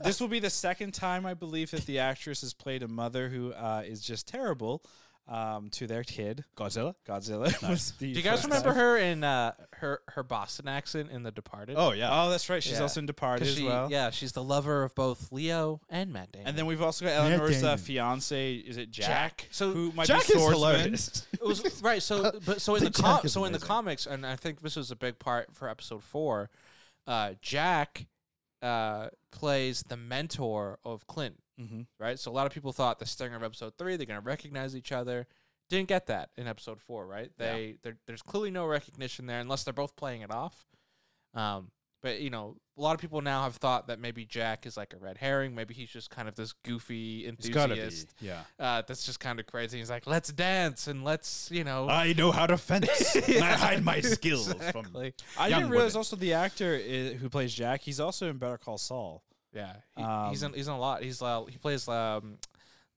Speaker 1: this will be the second time I believe that the actress has played a mother who uh, is just terrible um, to their kid.
Speaker 3: Godzilla.
Speaker 1: Godzilla. [laughs] was the
Speaker 2: Do you guys
Speaker 1: first
Speaker 2: remember
Speaker 1: time.
Speaker 2: her in uh, her her Boston accent in The Departed?
Speaker 3: Oh yeah.
Speaker 1: Oh, that's right. She's
Speaker 2: Yeah.
Speaker 1: also in Departed
Speaker 2: 'Cause
Speaker 1: as
Speaker 2: she-
Speaker 1: well.
Speaker 2: Yeah, she's the lover of both Leo and Matt Damon.
Speaker 1: And then we've also got
Speaker 3: Yeah,
Speaker 1: Eleanor's uh,
Speaker 3: Damon.
Speaker 1: fiance. Is it Jack?
Speaker 2: Jack. So-
Speaker 1: who might
Speaker 3: Jack
Speaker 1: be
Speaker 3: is
Speaker 1: swordsman. [laughs]
Speaker 3: hilarious.
Speaker 2: it
Speaker 3: [laughs]
Speaker 2: was right. So, but so in the
Speaker 3: Uh, The
Speaker 2: com-
Speaker 3: Jack is
Speaker 2: so in the
Speaker 3: amazing.
Speaker 2: comics, and I think this was a big part for episode four. Uh, Jack uh, plays the mentor of Clint,
Speaker 3: Mm-hmm.
Speaker 1: Mhm.
Speaker 2: right? So a lot of people thought the stinger of episode three, they're gonna recognize each other. Didn't get that in episode four, right? They there there's clearly no recognition there unless they're both playing it off. Um, but you know, a lot of people now have thought that maybe Jack is like a red herring. Maybe he's just kind of this goofy
Speaker 3: it's gotta be.
Speaker 2: enthusiast
Speaker 3: Yeah.
Speaker 2: uh, that's just kind of crazy. He's like, let's dance and let's, you know,
Speaker 3: [laughs] I know how to [laughs] fence, and I hide my skills from.
Speaker 2: exactly.
Speaker 1: I
Speaker 3: young
Speaker 1: didn't realize
Speaker 3: women.
Speaker 1: also the actor i who plays Jack. He's also in Better Call Saul.
Speaker 2: Yeah, he, he's in
Speaker 1: Um,
Speaker 2: he's in a lot. He's uh, he plays um,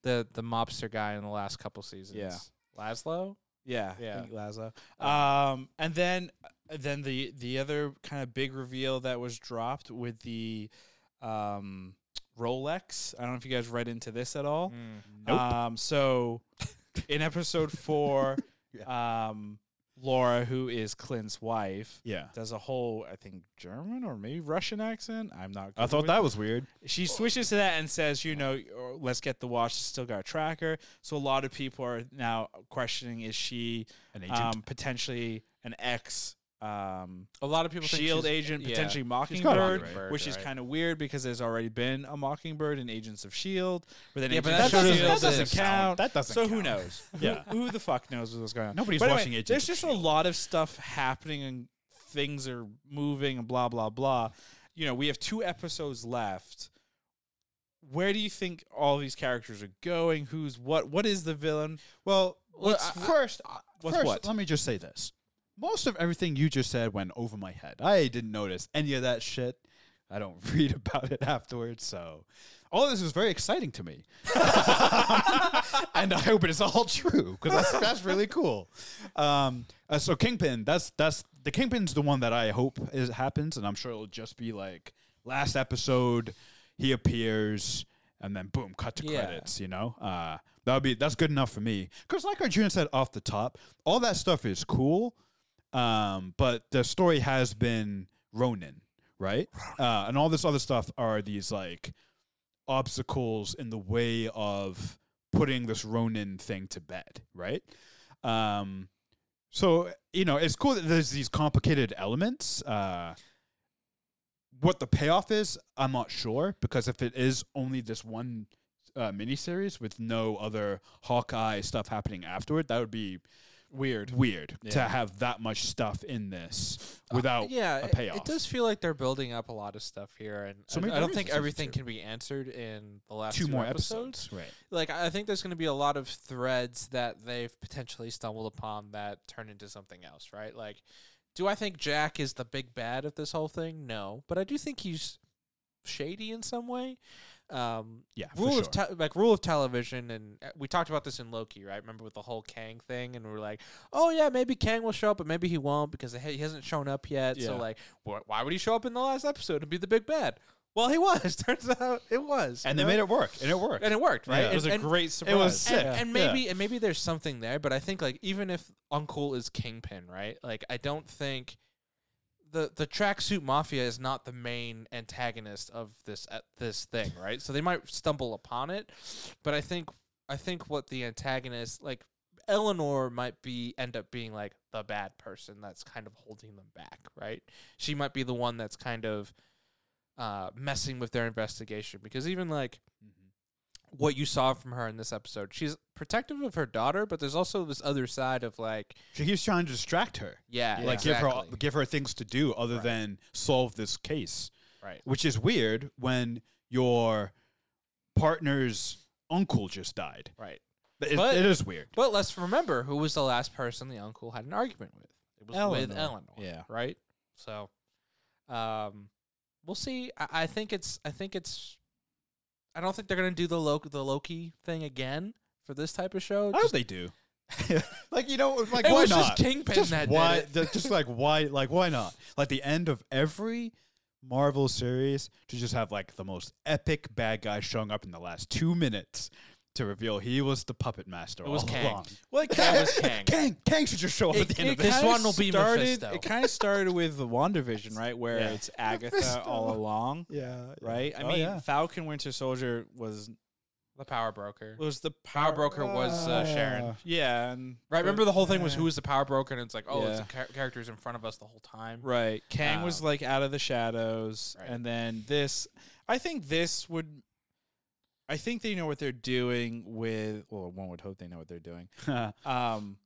Speaker 2: the the mobster guy in the last couple seasons. Laszlo.
Speaker 1: Yeah,
Speaker 2: Yeah.
Speaker 1: yeah, Lazo. Um, and then then the the other kind of big reveal that was dropped with the um, Rolex. I don't know if you guys read into this at all.
Speaker 3: Mm,
Speaker 2: Mm-hmm.
Speaker 3: Nope.
Speaker 1: Um, so in episode
Speaker 3: [laughs]
Speaker 1: four, um, Laura, who is Clint's wife,
Speaker 3: Yeah.
Speaker 1: does a whole I think German or maybe Russian accent. I'm not.
Speaker 3: I
Speaker 1: good
Speaker 3: thought
Speaker 1: with-
Speaker 3: that was weird.
Speaker 1: She switches to that and says, you know, or let's get the watch. It's still got a tracker. So a lot of people are now questioning: Is she
Speaker 3: An
Speaker 1: um, potentially an ex um,
Speaker 2: A lot of people think
Speaker 1: Shield
Speaker 2: she's-
Speaker 1: agent,
Speaker 2: yeah.
Speaker 1: potentially
Speaker 3: She's gotta be,
Speaker 1: Mockingbird,
Speaker 3: right?
Speaker 2: Bird,
Speaker 1: which is
Speaker 2: right.
Speaker 1: kind of weird because there's already been a Mockingbird in Agents of Shield, E but then
Speaker 2: Yeah, but
Speaker 1: Agents
Speaker 2: that
Speaker 1: of
Speaker 2: show
Speaker 1: Shield
Speaker 2: doesn't
Speaker 1: E doesn't
Speaker 2: exist.
Speaker 1: count.
Speaker 3: That doesn't.
Speaker 1: so who [laughs]
Speaker 3: count.
Speaker 1: knows?
Speaker 3: Yeah.
Speaker 1: who, who the fuck knows what's going on?
Speaker 3: Nobody's
Speaker 1: But anyway,
Speaker 3: watching Agents
Speaker 1: There's
Speaker 3: of
Speaker 1: just a
Speaker 3: S.H.I.E.L.D..
Speaker 1: lot of stuff happening and things are moving and blah blah blah. You know, we have two episodes left. Where do you think all these characters are going? Who's what? What is the villain?
Speaker 3: Well, uh,
Speaker 2: Well,
Speaker 3: let's
Speaker 2: I- I-
Speaker 3: first.
Speaker 1: What's
Speaker 3: first,
Speaker 1: what?
Speaker 3: Let me just say this. Most of everything you just said went over my head. I didn't notice any of that shit. I don't [laughs] read about it afterwards, so all this is very exciting to me, and I hope it is all true because that's, that's really cool. Um, uh, so Kingpin, that's that's the Kingpin's the one that I hope is happens, and I'm sure it'll just be like last episode he appears, and then boom, cut to
Speaker 2: Yeah.
Speaker 3: credits you know uh that would be that's good enough for me because like arjuna said off the top all that stuff is cool um but the story has been ronin right uh and all this other stuff are these like obstacles in the way of putting this ronin thing to bed right um so you know it's cool that there's these complicated elements uh what the payoff is i'm not sure because if it is only this one uh, miniseries with no other Hawkeye stuff happening afterward, that would be
Speaker 1: Weird.
Speaker 3: weird to
Speaker 1: Yeah.
Speaker 3: have that much stuff in this without.
Speaker 2: yeah,
Speaker 3: a
Speaker 2: it- It,
Speaker 3: payoff.
Speaker 2: does feel like they're building up a lot of stuff here, and
Speaker 3: So
Speaker 2: I-
Speaker 3: maybe
Speaker 2: I,
Speaker 3: there
Speaker 2: don't
Speaker 3: is
Speaker 2: think
Speaker 3: a season
Speaker 2: everything
Speaker 3: two.
Speaker 2: can be answered in the last
Speaker 3: Two more
Speaker 2: episodes.
Speaker 3: episodes, right?
Speaker 2: Like, I I think there's going to be a lot of threads that they've potentially stumbled upon that turn into something else, right? Like, do I think Jack is the big bad of this whole thing? No, but I do think he's shady in some way. Um,
Speaker 3: Yeah, for
Speaker 2: rule
Speaker 3: sure.
Speaker 2: of te- like rule of television, and uh, we talked about this in Loki, right? Remember with the whole Kang thing, and we are like, oh yeah, maybe Kang will show up, but maybe he won't because he he hasn't shown up yet. So
Speaker 1: Yeah.
Speaker 2: like, wh- why would he show up in the last episode and be the big bad? Well, he was. [laughs] Turns out it was,
Speaker 3: and
Speaker 2: you
Speaker 3: they
Speaker 2: know?
Speaker 3: made it work, and it worked.
Speaker 2: and it worked, right?
Speaker 3: Yeah.
Speaker 2: And-
Speaker 1: It was a
Speaker 2: and-
Speaker 1: great surprise.
Speaker 3: was-
Speaker 2: and,
Speaker 3: Yeah.
Speaker 2: and
Speaker 3: Yeah.
Speaker 2: maybe and maybe there's something there, but I think like even if Uncle is Kingpin, right? Like I don't think the the tracksuit mafia is not the main antagonist of this uh, this thing, right? So they might stumble upon it, but I think I think what the antagonist like Eleanor might be end up being like the bad person that's kind of holding them back, right? She might be the one that's kind of uh, messing with their investigation because even like what you saw from her in this episode. She's protective of her daughter, but there's also this other side of like,
Speaker 3: She keeps trying to distract her,
Speaker 2: yeah,
Speaker 3: like give her
Speaker 2: exactly.
Speaker 3: give her things to do other
Speaker 2: Right.
Speaker 3: than solve this case,
Speaker 2: right,
Speaker 3: which is weird when your partner's uncle just died.
Speaker 2: right.
Speaker 3: It-
Speaker 2: But-
Speaker 3: it is weird.
Speaker 2: But let's remember who was the last person the uncle had an argument with. It was with
Speaker 1: Eleanor.
Speaker 2: Eleanor.
Speaker 1: Yeah.
Speaker 2: Right. So, um, we'll see. I, I think it's. I think it's. I don't think they're gonna do the Loki the Loki thing again for this type of show.
Speaker 3: I hope
Speaker 2: Oh, Just- [laughs]
Speaker 3: they do. like you know, like
Speaker 2: it
Speaker 3: why
Speaker 2: was just
Speaker 3: not?
Speaker 2: Kingpin
Speaker 3: just
Speaker 2: that
Speaker 3: why?
Speaker 2: did it.
Speaker 3: the- just like why? Like why not? Like the end of every Marvel series to just have like the most epic bad guy showing up in the last two minutes to reveal he was the puppet master.
Speaker 2: It was
Speaker 3: all
Speaker 2: Kang.
Speaker 3: along.
Speaker 1: Well, it
Speaker 2: That was Kang.
Speaker 3: Kang, Kang should just show up
Speaker 1: It-
Speaker 3: at the end
Speaker 1: it
Speaker 3: of
Speaker 2: This
Speaker 3: it.
Speaker 1: kinda
Speaker 2: one will be
Speaker 1: started,
Speaker 2: Mephisto.
Speaker 1: It kind of started with the WandaVision, right? Where
Speaker 3: Yeah.
Speaker 1: it's Agatha
Speaker 3: Mephisto.
Speaker 1: all along,
Speaker 3: Yeah,
Speaker 1: right? I
Speaker 3: Oh,
Speaker 1: mean,
Speaker 3: yeah.
Speaker 1: Falcon Winter Soldier was
Speaker 2: the Power Broker.
Speaker 1: was the
Speaker 2: Power Broker was uh, Sharon.
Speaker 3: Ah.
Speaker 1: Yeah, and
Speaker 2: Right. Remember the whole thing was
Speaker 3: Yeah.
Speaker 2: who was the Power Broker, and it's like, oh, it's
Speaker 1: Yeah.
Speaker 2: the char- characters in front of us the whole time.
Speaker 1: Right. Kang was
Speaker 2: Um,
Speaker 1: like out of the shadows.
Speaker 2: Right.
Speaker 1: And then this, I think this would, I think they know what they're doing with, well, one would hope they know what they're
Speaker 2: [laughs]
Speaker 1: doing. Um,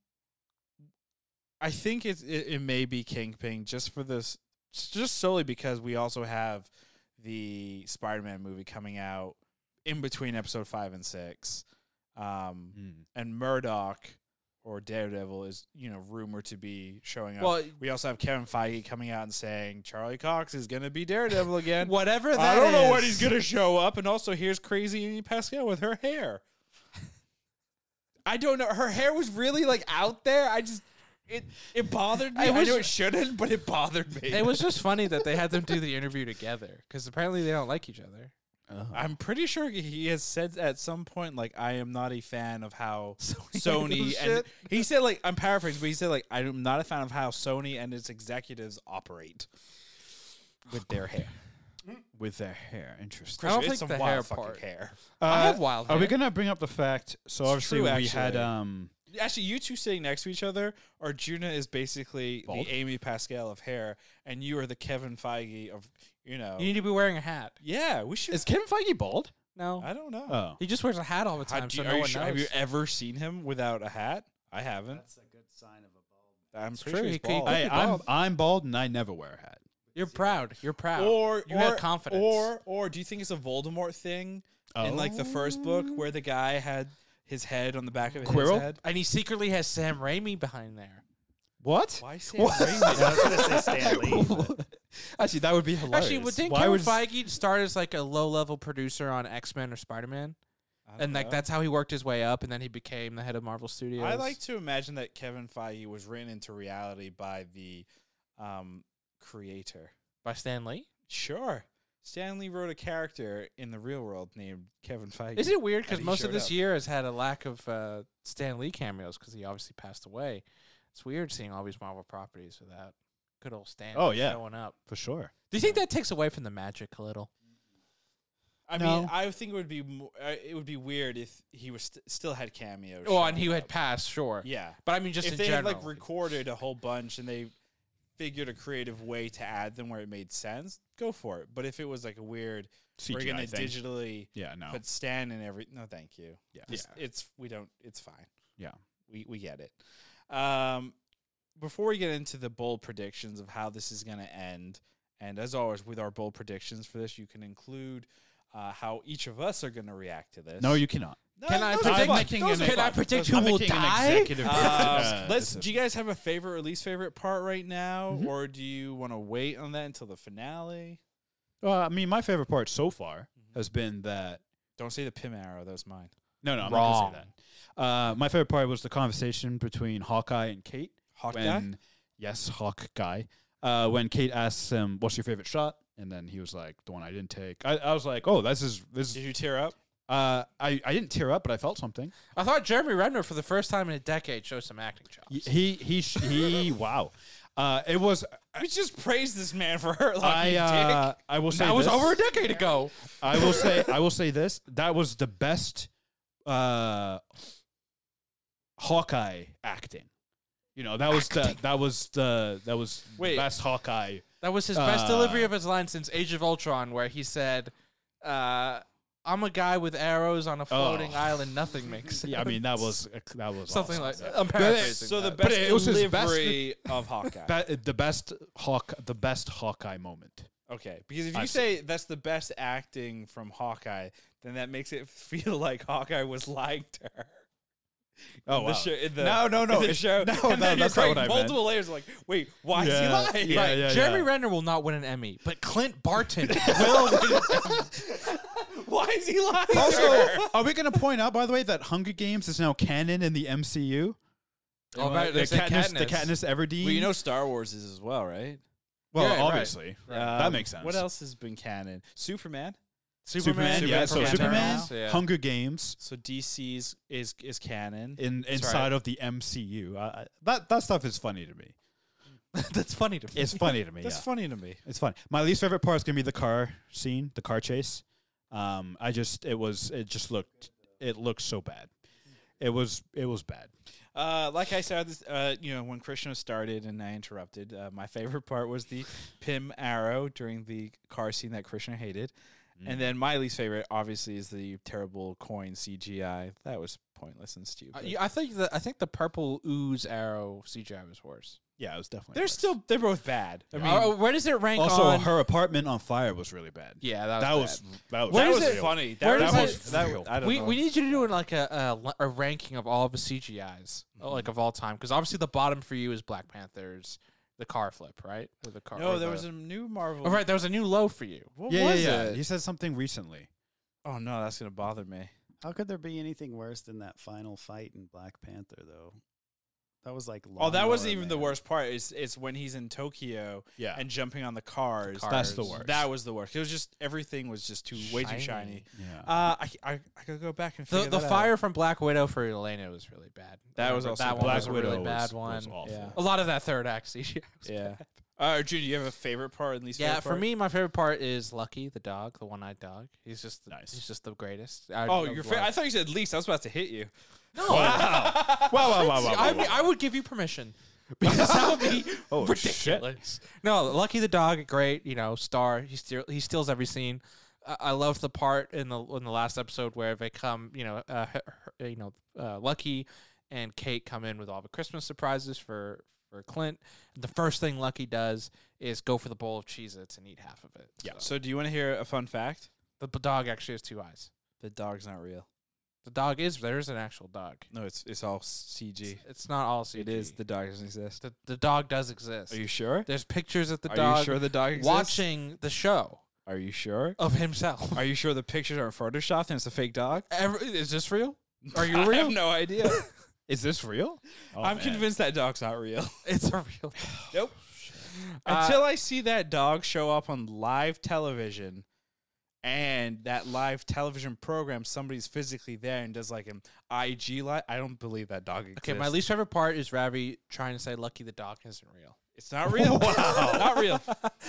Speaker 1: I think it's, it, it may be Kingpin just for this, just solely because we also have the Spider Man movie coming out in between episode five and six.
Speaker 2: Hmm.
Speaker 1: Um,
Speaker 3: Mm.
Speaker 1: and Murdoch or Daredevil is, you know, rumored to be showing up.
Speaker 2: Well,
Speaker 1: We also have Kevin Feige coming out and saying Charlie Cox is going to be Daredevil again.
Speaker 2: [laughs] whatever that
Speaker 1: I don't know when
Speaker 2: is.
Speaker 1: he's going to show up. And also, here's crazy Amy Pascal with her hair. I don't know. Her hair was really like out there. I just it it bothered me.
Speaker 2: It
Speaker 1: I,
Speaker 2: was-
Speaker 1: knew it shouldn't, but it bothered me.
Speaker 2: It was just funny that they had them do the interview together because apparently they don't like each other.
Speaker 1: I'm pretty sure he has said at some point like I am not a fan of
Speaker 2: [laughs]
Speaker 1: how
Speaker 2: handles
Speaker 1: Sony and he said like I'm paraphrasing, but he said like I'm not a fan of how Sony and its executives operate with their hair.
Speaker 3: [laughs] with their hair. Interesting.
Speaker 2: I don't
Speaker 1: It's
Speaker 2: think
Speaker 1: some
Speaker 2: the
Speaker 1: wild
Speaker 2: hair
Speaker 1: fucking
Speaker 2: part-
Speaker 1: hair.
Speaker 2: I have
Speaker 3: Uh,
Speaker 2: wild.
Speaker 3: Are we
Speaker 2: hair.
Speaker 3: gonna bring up the fact? So obviously
Speaker 1: true,
Speaker 3: we had
Speaker 1: actually.
Speaker 3: um.
Speaker 1: Actually, you two sitting next to each other, or Juna is basically
Speaker 3: Bald?
Speaker 1: the Amy Pascal of hair, and you are the Kevin Feige of you know.
Speaker 2: You need to be wearing a hat.
Speaker 1: yeah, we should.
Speaker 3: Is Kevin Feige bald?
Speaker 2: No,
Speaker 1: I don't know.
Speaker 3: Oh,
Speaker 2: he just wears a hat all the
Speaker 1: How
Speaker 2: time,
Speaker 1: do
Speaker 2: so
Speaker 1: you-
Speaker 2: no
Speaker 1: are you
Speaker 2: one
Speaker 1: sure-
Speaker 2: knows.
Speaker 1: have you ever seen him without a hat? I haven't.
Speaker 4: That's a good sign of a bald.
Speaker 1: I'm
Speaker 2: It's
Speaker 1: pretty sure
Speaker 2: true,
Speaker 1: he's
Speaker 2: he could- he
Speaker 1: bald.
Speaker 2: could
Speaker 3: Hey,
Speaker 2: be
Speaker 3: I'm
Speaker 2: bald.
Speaker 3: I'm bald and I never wear a hat.
Speaker 2: You're proud. You're proud.
Speaker 1: or
Speaker 2: you
Speaker 1: or,
Speaker 2: have confidence.
Speaker 1: Or or do you think it's a Voldemort thing in like the first book
Speaker 3: Oh.
Speaker 1: where the guy had his head on the back of
Speaker 3: Quirrell?
Speaker 1: his head?
Speaker 2: and he secretly has Sam Raimi behind there.
Speaker 3: What?
Speaker 1: Why
Speaker 2: [laughs]
Speaker 1: Sam
Speaker 3: What?
Speaker 1: Raimi?
Speaker 4: I was going to say Stan
Speaker 3: [laughs]
Speaker 4: Lee.
Speaker 3: Actually, that would be hilarious.
Speaker 2: Actually, would didn't
Speaker 3: Why
Speaker 2: Kevin
Speaker 3: would
Speaker 2: Feige start as like a low level producer on X Men or Spider Man,
Speaker 1: I don't
Speaker 2: and like
Speaker 1: know.
Speaker 2: that's how he worked his way up, and then he became the head of Marvel Studios.
Speaker 1: I like to imagine that Kevin Feige was written into reality by the um, creator.
Speaker 2: by Stan Lee.
Speaker 1: Sure. Stanley wrote a character in the real world named Kevin Feige.
Speaker 2: Isn't it weird because
Speaker 1: he
Speaker 2: most of
Speaker 1: showed
Speaker 2: this
Speaker 1: up.
Speaker 2: year has had a lack of uh, Stan Lee cameos because he obviously passed away. It's weird seeing all these Marvel properties without good old Stan
Speaker 3: Oh,
Speaker 2: Lee
Speaker 3: yeah.
Speaker 2: showing up.
Speaker 3: for sure?
Speaker 2: Do you think that takes away from the magic a little?
Speaker 1: I
Speaker 3: No.
Speaker 1: mean, I think it would be mo- uh, it would be weird if he was st- still had cameos.
Speaker 2: Oh, and he
Speaker 1: showing
Speaker 2: had
Speaker 1: up.
Speaker 2: passed, sure.
Speaker 1: yeah.
Speaker 2: But I mean, just
Speaker 1: if
Speaker 2: in
Speaker 1: they
Speaker 2: general.
Speaker 1: had like recorded a whole bunch and they figured a creative way to add them where it made sense, go for it. But if it was like a weird,
Speaker 3: CGI
Speaker 1: we're gonna
Speaker 3: thing.
Speaker 1: digitally
Speaker 3: yeah, no.
Speaker 1: put Stan in every, no, thank you.
Speaker 3: Yeah.
Speaker 1: Just- it's we don't. It's fine.
Speaker 3: Yeah.
Speaker 1: we we get it. Um, before we get into the bold predictions of how this is gonna end, and as always with our bold predictions for this, you can include. Uh, how each of us are going to react to this?
Speaker 3: No, you cannot.
Speaker 1: No,
Speaker 2: Can I
Speaker 1: those are
Speaker 2: predict-
Speaker 1: fine.
Speaker 2: can
Speaker 1: Those are
Speaker 2: I
Speaker 1: fine.
Speaker 2: predict
Speaker 1: Those are
Speaker 2: who
Speaker 1: fine.
Speaker 2: will die?
Speaker 1: [laughs]
Speaker 3: [laughs]
Speaker 1: Uh, let's. Do you guys have a favorite or least favorite part right now,
Speaker 3: Mhm.
Speaker 1: or do you want to wait on that until the finale?
Speaker 3: well, I mean, my favorite part so far
Speaker 2: Mm-hmm.
Speaker 3: has been that.
Speaker 1: Don't say the pim arrow. That was mine.
Speaker 3: No, no, I'm not
Speaker 2: Wrong.
Speaker 3: gonna say that. Uh, my favorite part was the conversation between Hawkeye and Kate.
Speaker 1: Hawk
Speaker 3: when, Yes, Hawk guy. Uh, when Kate asks him, "What's your favorite shot?" and then he was like, "The one I didn't take." I, I was like, "Oh, this is this."
Speaker 1: Did
Speaker 3: Is,
Speaker 1: you tear up?
Speaker 3: uh, I I didn't tear up, but I felt something.
Speaker 2: I thought Jeremy Renner, for the first time in a decade, showed some acting chops.
Speaker 3: Y- He he sh- he. [laughs] wow. Uh, it was.
Speaker 1: We just praised this man for her
Speaker 3: I
Speaker 1: lucky
Speaker 3: uh,
Speaker 1: dick.
Speaker 3: I will say
Speaker 2: that was
Speaker 3: this.
Speaker 2: over a decade ago.
Speaker 3: I will say I will say this. That was the best uh Hawkeye acting. You know, that was the that was the that was the
Speaker 1: Wait.
Speaker 3: best Hawkeye.
Speaker 2: That was his best
Speaker 3: Uh,
Speaker 2: delivery of his line since Age of Ultron, where he said, uh, I'm a guy with arrows on a floating
Speaker 3: Oh.
Speaker 2: island. Nothing makes sense.
Speaker 3: [laughs] Yeah, I mean that was that was
Speaker 2: something
Speaker 3: awesome.
Speaker 2: like I'm paraphrasing.
Speaker 1: So the
Speaker 2: that.
Speaker 3: But
Speaker 1: best
Speaker 3: it was his best- [laughs]
Speaker 1: delivery of Hawkeye.
Speaker 3: Be- the best Hawk, the best Hawkeye moment.
Speaker 1: Okay, because if you
Speaker 3: I've
Speaker 1: say that's the best acting from Hawkeye, then that makes it feel [laughs] like Hawkeye was lying to her.
Speaker 3: Oh,
Speaker 1: In
Speaker 3: wow.
Speaker 1: the show, in the,
Speaker 3: No, no, no,
Speaker 1: in the [laughs]
Speaker 3: it's-
Speaker 1: show.
Speaker 3: [laughs] no,
Speaker 1: and
Speaker 3: no,
Speaker 1: then you're
Speaker 3: that's not
Speaker 1: creating
Speaker 3: what I meant.
Speaker 1: multiple layers. Like, wait, why
Speaker 3: Yeah,
Speaker 1: is he lying?
Speaker 3: yeah,
Speaker 1: Like,
Speaker 3: yeah.
Speaker 2: Jeremy Renner will not win an Emmy, but [laughs] Clint
Speaker 3: [laughs]
Speaker 2: Barton will win an Emmy.
Speaker 1: [laughs] why is he [laughs] lying? to
Speaker 3: [laughs] Also,
Speaker 1: her?
Speaker 3: are we going to point out, by the way, that Hunger Games is now canon in the MCU?
Speaker 2: Oh, right,
Speaker 3: the
Speaker 2: they said
Speaker 3: Katniss, the
Speaker 2: Katniss.
Speaker 3: Katniss Everdeen.
Speaker 1: well, you know, Star Wars is as well, right?
Speaker 3: well,
Speaker 2: Yeah, right.
Speaker 3: obviously, that
Speaker 1: Um,
Speaker 3: makes sense.
Speaker 1: What else has been canon? Superman.
Speaker 3: Superman,
Speaker 2: Superman,
Speaker 3: yeah.
Speaker 2: Superman
Speaker 3: so Superman,
Speaker 2: Eternals, yeah.
Speaker 3: Hunger Games
Speaker 1: So DC's is is canon.
Speaker 3: in inside of the MCU. I, I, that that stuff is funny to me.
Speaker 2: That's funny to me.
Speaker 3: It's funny
Speaker 2: [laughs]
Speaker 3: to me.
Speaker 1: That's
Speaker 3: yeah.
Speaker 1: funny to me.
Speaker 3: It's funny. My least favorite part is gonna be the car scene, the car chase. Um, I just it was it just looked it looked so bad. It was it was bad.
Speaker 1: Uh, like I said, this, uh, you know, when Krishna started and I interrupted, uh, my favorite part was the Pym arrow during the car scene that Krishna hated. And then my least favorite, obviously, is the terrible coin CGI. That was pointless and stupid.
Speaker 2: Uh, I, you- I think the I think the purple ooze arrow CGI was worse.
Speaker 3: Yeah, it was definitely.
Speaker 1: they're
Speaker 3: worse.
Speaker 1: still, they're both bad. I mean,
Speaker 2: Uh, where does it rank
Speaker 3: also
Speaker 2: on?
Speaker 3: her apartment on fire was really bad.
Speaker 2: yeah, that was
Speaker 3: that
Speaker 2: bad.
Speaker 3: was that was
Speaker 2: Where
Speaker 1: that
Speaker 2: is
Speaker 1: was
Speaker 2: it-
Speaker 1: funny.
Speaker 2: where
Speaker 1: That,
Speaker 2: does
Speaker 1: that was,
Speaker 2: it-
Speaker 1: that
Speaker 3: real?
Speaker 1: I don't
Speaker 2: we,
Speaker 1: know.
Speaker 2: we need you to do like a, a li- a ranking of all of the CGIs, uh, like of all time, because obviously the bottom for you is Black Panther's the car flip, Oh, right? Or the car.
Speaker 1: no,
Speaker 2: or
Speaker 1: there
Speaker 2: the-
Speaker 1: was a new Marvel.
Speaker 2: Oh, right, there was a new low for you.
Speaker 1: What
Speaker 3: yeah,
Speaker 1: was
Speaker 3: yeah, yeah.
Speaker 1: it?
Speaker 3: He said something recently.
Speaker 1: Oh no, that's gonna bother me.
Speaker 4: How could there be anything worse than that final fight in Black Panther, though? That was like
Speaker 1: Oh, that wasn't
Speaker 4: Lawnmower
Speaker 1: even the
Speaker 4: Man.
Speaker 1: worst part. Is it's when he's in Tokyo
Speaker 3: Yeah,
Speaker 1: and jumping on the cars.
Speaker 2: car-
Speaker 3: that's the
Speaker 2: cars.
Speaker 3: worst.
Speaker 1: That was the worst. It was just everything was just too way too shiny.
Speaker 2: Shiny.
Speaker 3: yeah.
Speaker 1: Uh, I, I I could go back and
Speaker 2: The
Speaker 1: figure
Speaker 2: the
Speaker 1: that out.
Speaker 2: fire from Black Widow for Elena was really bad.
Speaker 1: That
Speaker 2: I
Speaker 1: was
Speaker 2: remember
Speaker 1: also
Speaker 2: that
Speaker 1: bad.
Speaker 2: one
Speaker 1: Black
Speaker 2: was a really
Speaker 3: Widow
Speaker 2: bad
Speaker 3: was-
Speaker 2: one.
Speaker 3: was awful.
Speaker 1: Yeah.
Speaker 2: A lot of that third act CGI. was
Speaker 1: Yeah.
Speaker 2: bad.
Speaker 1: Uh, June, do you have a favorite part and least?
Speaker 2: Yeah,
Speaker 1: favorite
Speaker 2: for
Speaker 1: part?
Speaker 2: me, my favorite part is Lucky, the dog, the one-eyed dog. He's just the,
Speaker 3: Nice.
Speaker 2: he's just the greatest. I
Speaker 1: Oh,
Speaker 2: love
Speaker 1: your
Speaker 2: Lucky.
Speaker 1: favorite. I thought you said least. I was about to hit you.
Speaker 2: no, [laughs]
Speaker 3: [laughs] wow, wow, wow, wow,
Speaker 2: I,
Speaker 3: wow, wow.
Speaker 2: I would give you [laughs] permission because that would be
Speaker 3: Oh, shit.
Speaker 2: ridiculous. No, Lucky the dog, great. You know, star. He steal, he steals every scene. I, I love the part in the in the last episode where they come. You know, uh, her, her- you know, uh, Lucky and Kate come in with all the Christmas surprises for for Clint. The first thing Lucky does is go for the bowl of Cheez-Its and eat half of it.
Speaker 3: Yeah.
Speaker 1: So, do you want to hear a fun fact?
Speaker 2: The b- dog actually has two eyes.
Speaker 1: The dog's not real.
Speaker 2: The dog is there is an actual dog.
Speaker 1: No, it's it's all CG.
Speaker 2: It's not all CG.
Speaker 1: It is. The dog doesn't exist.
Speaker 2: the, the dog does exist.
Speaker 1: Are you sure?
Speaker 2: There's pictures of the
Speaker 1: Are
Speaker 2: dog
Speaker 1: you sure the dog exists?
Speaker 2: watching the show
Speaker 1: Are you sure?
Speaker 2: of himself.
Speaker 1: Are you sure the pictures aren't photoshopped and it's a fake dog?
Speaker 2: [laughs] Every, is this real? Are [laughs] you
Speaker 1: I
Speaker 2: real?
Speaker 1: have no [laughs] idea.
Speaker 2: Oh,
Speaker 3: Is this real? Oh,
Speaker 1: I'm
Speaker 3: man.
Speaker 1: convinced that dog's not real.
Speaker 2: It's a real. Dog.
Speaker 1: [laughs] Nope.
Speaker 2: Uh,
Speaker 1: Until I see that dog show up on live television and that live television program, somebody's physically there and does like an IG live, I don't believe that dog exists.
Speaker 2: okay, my least favorite part is Ravi trying to say Lucky the dog isn't real.
Speaker 1: It's not
Speaker 2: [laughs]
Speaker 1: real.
Speaker 3: Wow.
Speaker 1: [laughs] not real.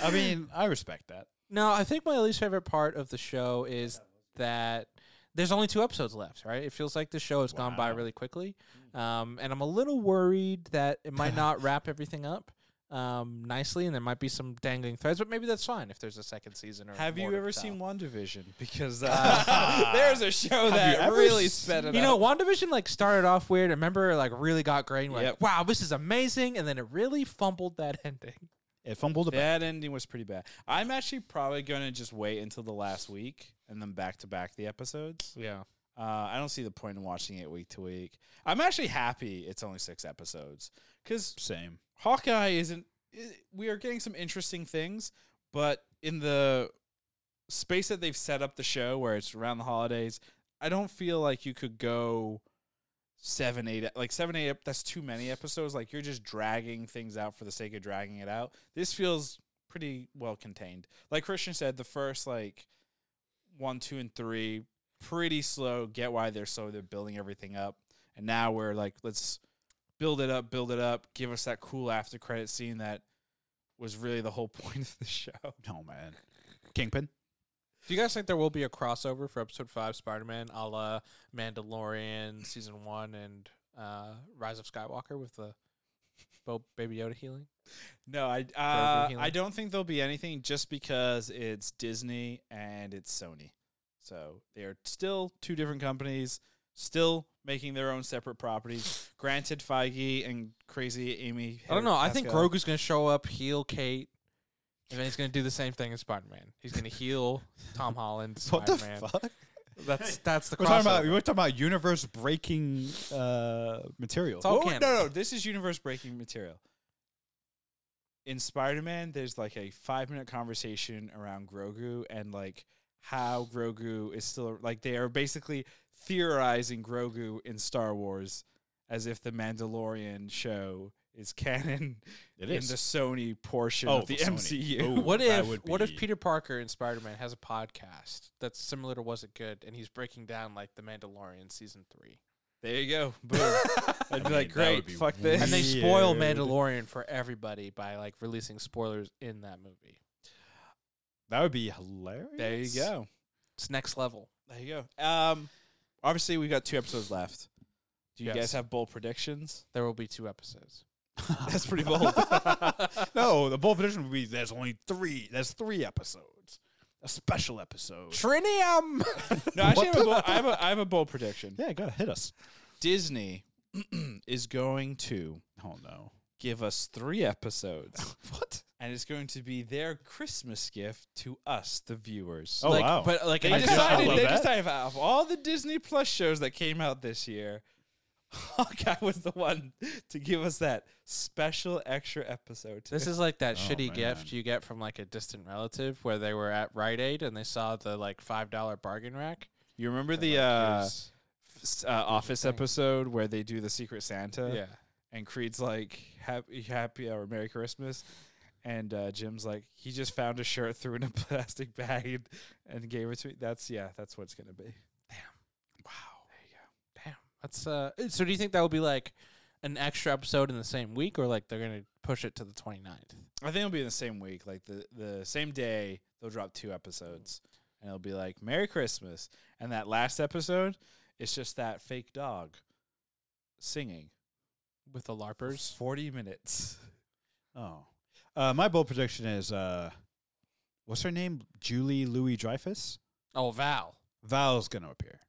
Speaker 3: I mean, I respect that.
Speaker 2: No, I think my least favorite part of the show is that there's only two episodes left, right? It feels like the show has gone by
Speaker 3: Wow.
Speaker 2: really quickly. Um, and I'm a little worried that it might [laughs] not wrap everything up um, nicely and there might be some dangling threads, but maybe that's fine if there's a second season or
Speaker 1: Have
Speaker 2: more
Speaker 1: you
Speaker 2: to
Speaker 1: ever
Speaker 2: tell. [laughs]
Speaker 1: seen WandaVision? Because uh, [laughs] there's a show that
Speaker 3: ever
Speaker 1: really
Speaker 3: seen-
Speaker 1: sped it
Speaker 2: You
Speaker 1: up.
Speaker 2: know, WandaVision like started off weird. I remember it, like really got great. and we're
Speaker 1: Yep.
Speaker 2: Like, wow, this is amazing, and then it really fumbled that [laughs] ending.
Speaker 3: It fumbled a bit.
Speaker 1: that ending was pretty bad. I'm actually probably going to just wait until the last week and then back to back the episodes.
Speaker 2: Yeah.
Speaker 1: Uh, I don't see the point in watching it week to week. I'm actually happy it's only six episodes because
Speaker 3: Same.
Speaker 1: Hawkeye isn't. i- We are getting some interesting things, but in the space that they've set up the show, where it's around the holidays, I don't feel like you could go seven, eight, like seven, eight. ep- That's too many episodes. Like you're just dragging things out for the sake of dragging it out. This feels pretty well contained. Like Christian said, the first like one, two, and three pretty slow. Get why they're slow. They're building everything up, and now we're like, let's build it up, build it up, give us that cool after credit scene that was really the whole [laughs] point of the show.
Speaker 3: Oh man, Kingpin. [laughs]
Speaker 2: Do you guys think there will be a crossover for Episode Five Spider-Man, a la Mandalorian Season One and uh, Rise of Skywalker with the Bo- Baby Yoda healing?
Speaker 1: No, I uh,
Speaker 2: Healing.
Speaker 1: I don't think there'll be anything just because it's Disney and it's Sony. So they are still two different companies, still making their own separate [sighs] properties. Granted, Feige and crazy Amy.
Speaker 2: I don't know. I think
Speaker 1: Pascal-
Speaker 2: Grogu's gonna show up, heal Kate, and then he's gonna do the same thing as Spider Man. He's gonna heal Tom [laughs] Holland.
Speaker 3: What
Speaker 2: Spider
Speaker 3: the
Speaker 2: Man.
Speaker 3: fuck?
Speaker 2: That's that's the
Speaker 3: We're talking about
Speaker 2: crossover.
Speaker 3: we're talking about universe breaking uh, material.
Speaker 2: all-
Speaker 1: Whoa,
Speaker 2: canon.
Speaker 1: no, no, this is universe breaking material. In Spider Man, there's like a five minute conversation around Grogu and like how Grogu is still like they are basically theorizing Grogu in Star Wars as if the Mandalorian show is canon
Speaker 3: It
Speaker 1: in
Speaker 3: is.
Speaker 1: the Sony portion
Speaker 3: Oh,
Speaker 1: of the
Speaker 3: for Sony.
Speaker 1: MCU.
Speaker 3: Oh.
Speaker 2: What
Speaker 3: That
Speaker 2: if
Speaker 3: would
Speaker 2: what if
Speaker 3: be-
Speaker 2: Peter Parker in Spider Man has a podcast that's similar to Was It Good, and he's breaking down like the Mandalorian season three,
Speaker 1: There you
Speaker 3: [laughs]
Speaker 1: go. Boom. I'd be
Speaker 3: mean,
Speaker 1: like,
Speaker 3: that would
Speaker 1: great,
Speaker 3: be
Speaker 1: fuck this.
Speaker 2: and they spoil
Speaker 3: Weird.
Speaker 2: Mandalorian for everybody by like releasing spoilers in that movie.
Speaker 3: that would be hilarious.
Speaker 1: [laughs] there you
Speaker 3: [laughs]
Speaker 1: go.
Speaker 2: It's next level.
Speaker 1: There you go. Um, obviously, we got two episodes left. Do you
Speaker 2: Yes.
Speaker 1: guys have bold predictions?
Speaker 2: There will be two episodes.
Speaker 1: That's
Speaker 2: [laughs]
Speaker 1: pretty bold.
Speaker 3: [laughs] no, the bold prediction would be there's only three. There's three episodes. A special episode.
Speaker 2: Trinium.
Speaker 1: no, actually, I
Speaker 3: What
Speaker 1: have, a
Speaker 3: the-
Speaker 1: bold, I, have a, I have a bold prediction.
Speaker 3: Yeah, gotta hit us.
Speaker 1: Disney [clears throat] is going to
Speaker 3: Oh no.
Speaker 1: give us three episodes,
Speaker 3: [laughs] What?
Speaker 1: and it's going to be their Christmas gift to us, the viewers.
Speaker 3: Oh,
Speaker 2: like,
Speaker 3: wow.
Speaker 2: But like,
Speaker 1: They
Speaker 2: I
Speaker 3: I
Speaker 2: just,
Speaker 3: kinda
Speaker 1: decided,
Speaker 3: love
Speaker 1: they
Speaker 3: that.
Speaker 1: decided out of all the Disney Plus shows that came out this year, [laughs] Hawkeye was the one to give us that special extra episode. To [laughs]
Speaker 2: [laughs] This is like that
Speaker 3: Oh,
Speaker 2: shitty gift
Speaker 3: man.
Speaker 2: you get from like a distant relative where they were at Rite Aid and they saw the like five dollar bargain rack.
Speaker 1: you remember
Speaker 2: and,
Speaker 1: the
Speaker 2: like,
Speaker 1: uh,
Speaker 2: here's-
Speaker 1: s- uh, Office
Speaker 2: thing.
Speaker 1: episode where they do the Secret Santa?
Speaker 2: yeah,
Speaker 1: and Creed's like happy happy hour Merry Christmas and uh, Jim's like he just found a shirt threw it in a [laughs] plastic bag and, and gave it to me. That's yeah, that's what it's gonna be.
Speaker 2: damn. That's uh. So do you think that will be like an extra episode in the same week, or like they're gonna push it to the 29th?
Speaker 1: I think it'll be in the same week, like the the same day they'll drop two episodes and it'll be like Merry Christmas and that last episode it's just that fake dog singing
Speaker 2: with the
Speaker 1: for
Speaker 2: larpers?
Speaker 1: forty minutes.
Speaker 3: Oh. Uh, my bold prediction is uh, what's her name? Julie Louis Dreyfus?
Speaker 2: Oh, Val.
Speaker 3: Val's gonna appear.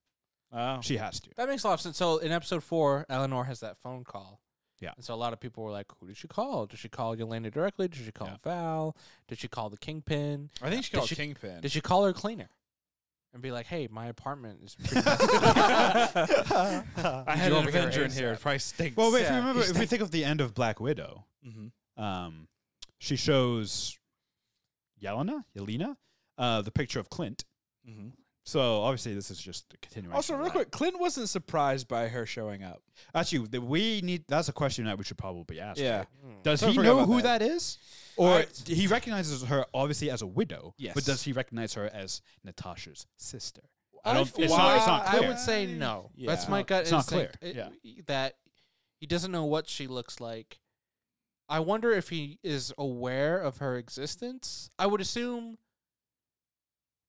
Speaker 1: Oh,
Speaker 3: She
Speaker 1: [laughs]
Speaker 3: has to.
Speaker 2: That makes a lot of sense. So in episode four, Eleanor has that phone call.
Speaker 3: Yeah.
Speaker 2: And so a lot of people were like, "Who did she call? Did she call Yelena directly? Did she call
Speaker 3: Yeah.
Speaker 2: Val? Did she call the Kingpin?
Speaker 1: I think she
Speaker 2: Did
Speaker 1: called
Speaker 2: she-
Speaker 1: Kingpin.
Speaker 2: Did she call her cleaner and be like, "Hey, my apartment is
Speaker 3: [laughs]
Speaker 2: pretty
Speaker 1: I had
Speaker 2: Did you
Speaker 1: an
Speaker 2: over here
Speaker 1: Avenger in here.
Speaker 2: ASAP?
Speaker 1: It probably stinks.
Speaker 3: Well, wait, if
Speaker 2: Yeah.
Speaker 3: you remember, if we think of the end of Black Widow,
Speaker 1: mm-hmm.
Speaker 3: um, she shows Yelena, Yelena, uh, the picture of Clint.
Speaker 1: Mm-hmm.
Speaker 3: So obviously, this is just a continuation.
Speaker 1: Also,
Speaker 3: of
Speaker 1: real
Speaker 3: that.
Speaker 1: quick, Clint wasn't surprised by her showing up.
Speaker 3: actually, the, we need. That's a question that we should probably ask.
Speaker 1: Yeah.
Speaker 3: right?
Speaker 2: Hmm.
Speaker 3: Does
Speaker 1: Don't
Speaker 3: he
Speaker 1: forget
Speaker 3: know
Speaker 1: about
Speaker 3: who
Speaker 1: that.
Speaker 3: that is, or
Speaker 1: I-
Speaker 3: d- he recognizes her obviously as a widow?
Speaker 1: Yes.
Speaker 3: But does he recognize her as Natasha's sister?
Speaker 2: I,
Speaker 3: I don't-
Speaker 2: feel
Speaker 3: it's not- it's
Speaker 2: like
Speaker 3: not
Speaker 2: I
Speaker 3: clear.
Speaker 2: would say no.
Speaker 1: Yeah.
Speaker 2: That's my gut
Speaker 3: It's not clear.
Speaker 2: instinct. uh, That he doesn't know what she looks like. I wonder if he is aware of her existence. I would assume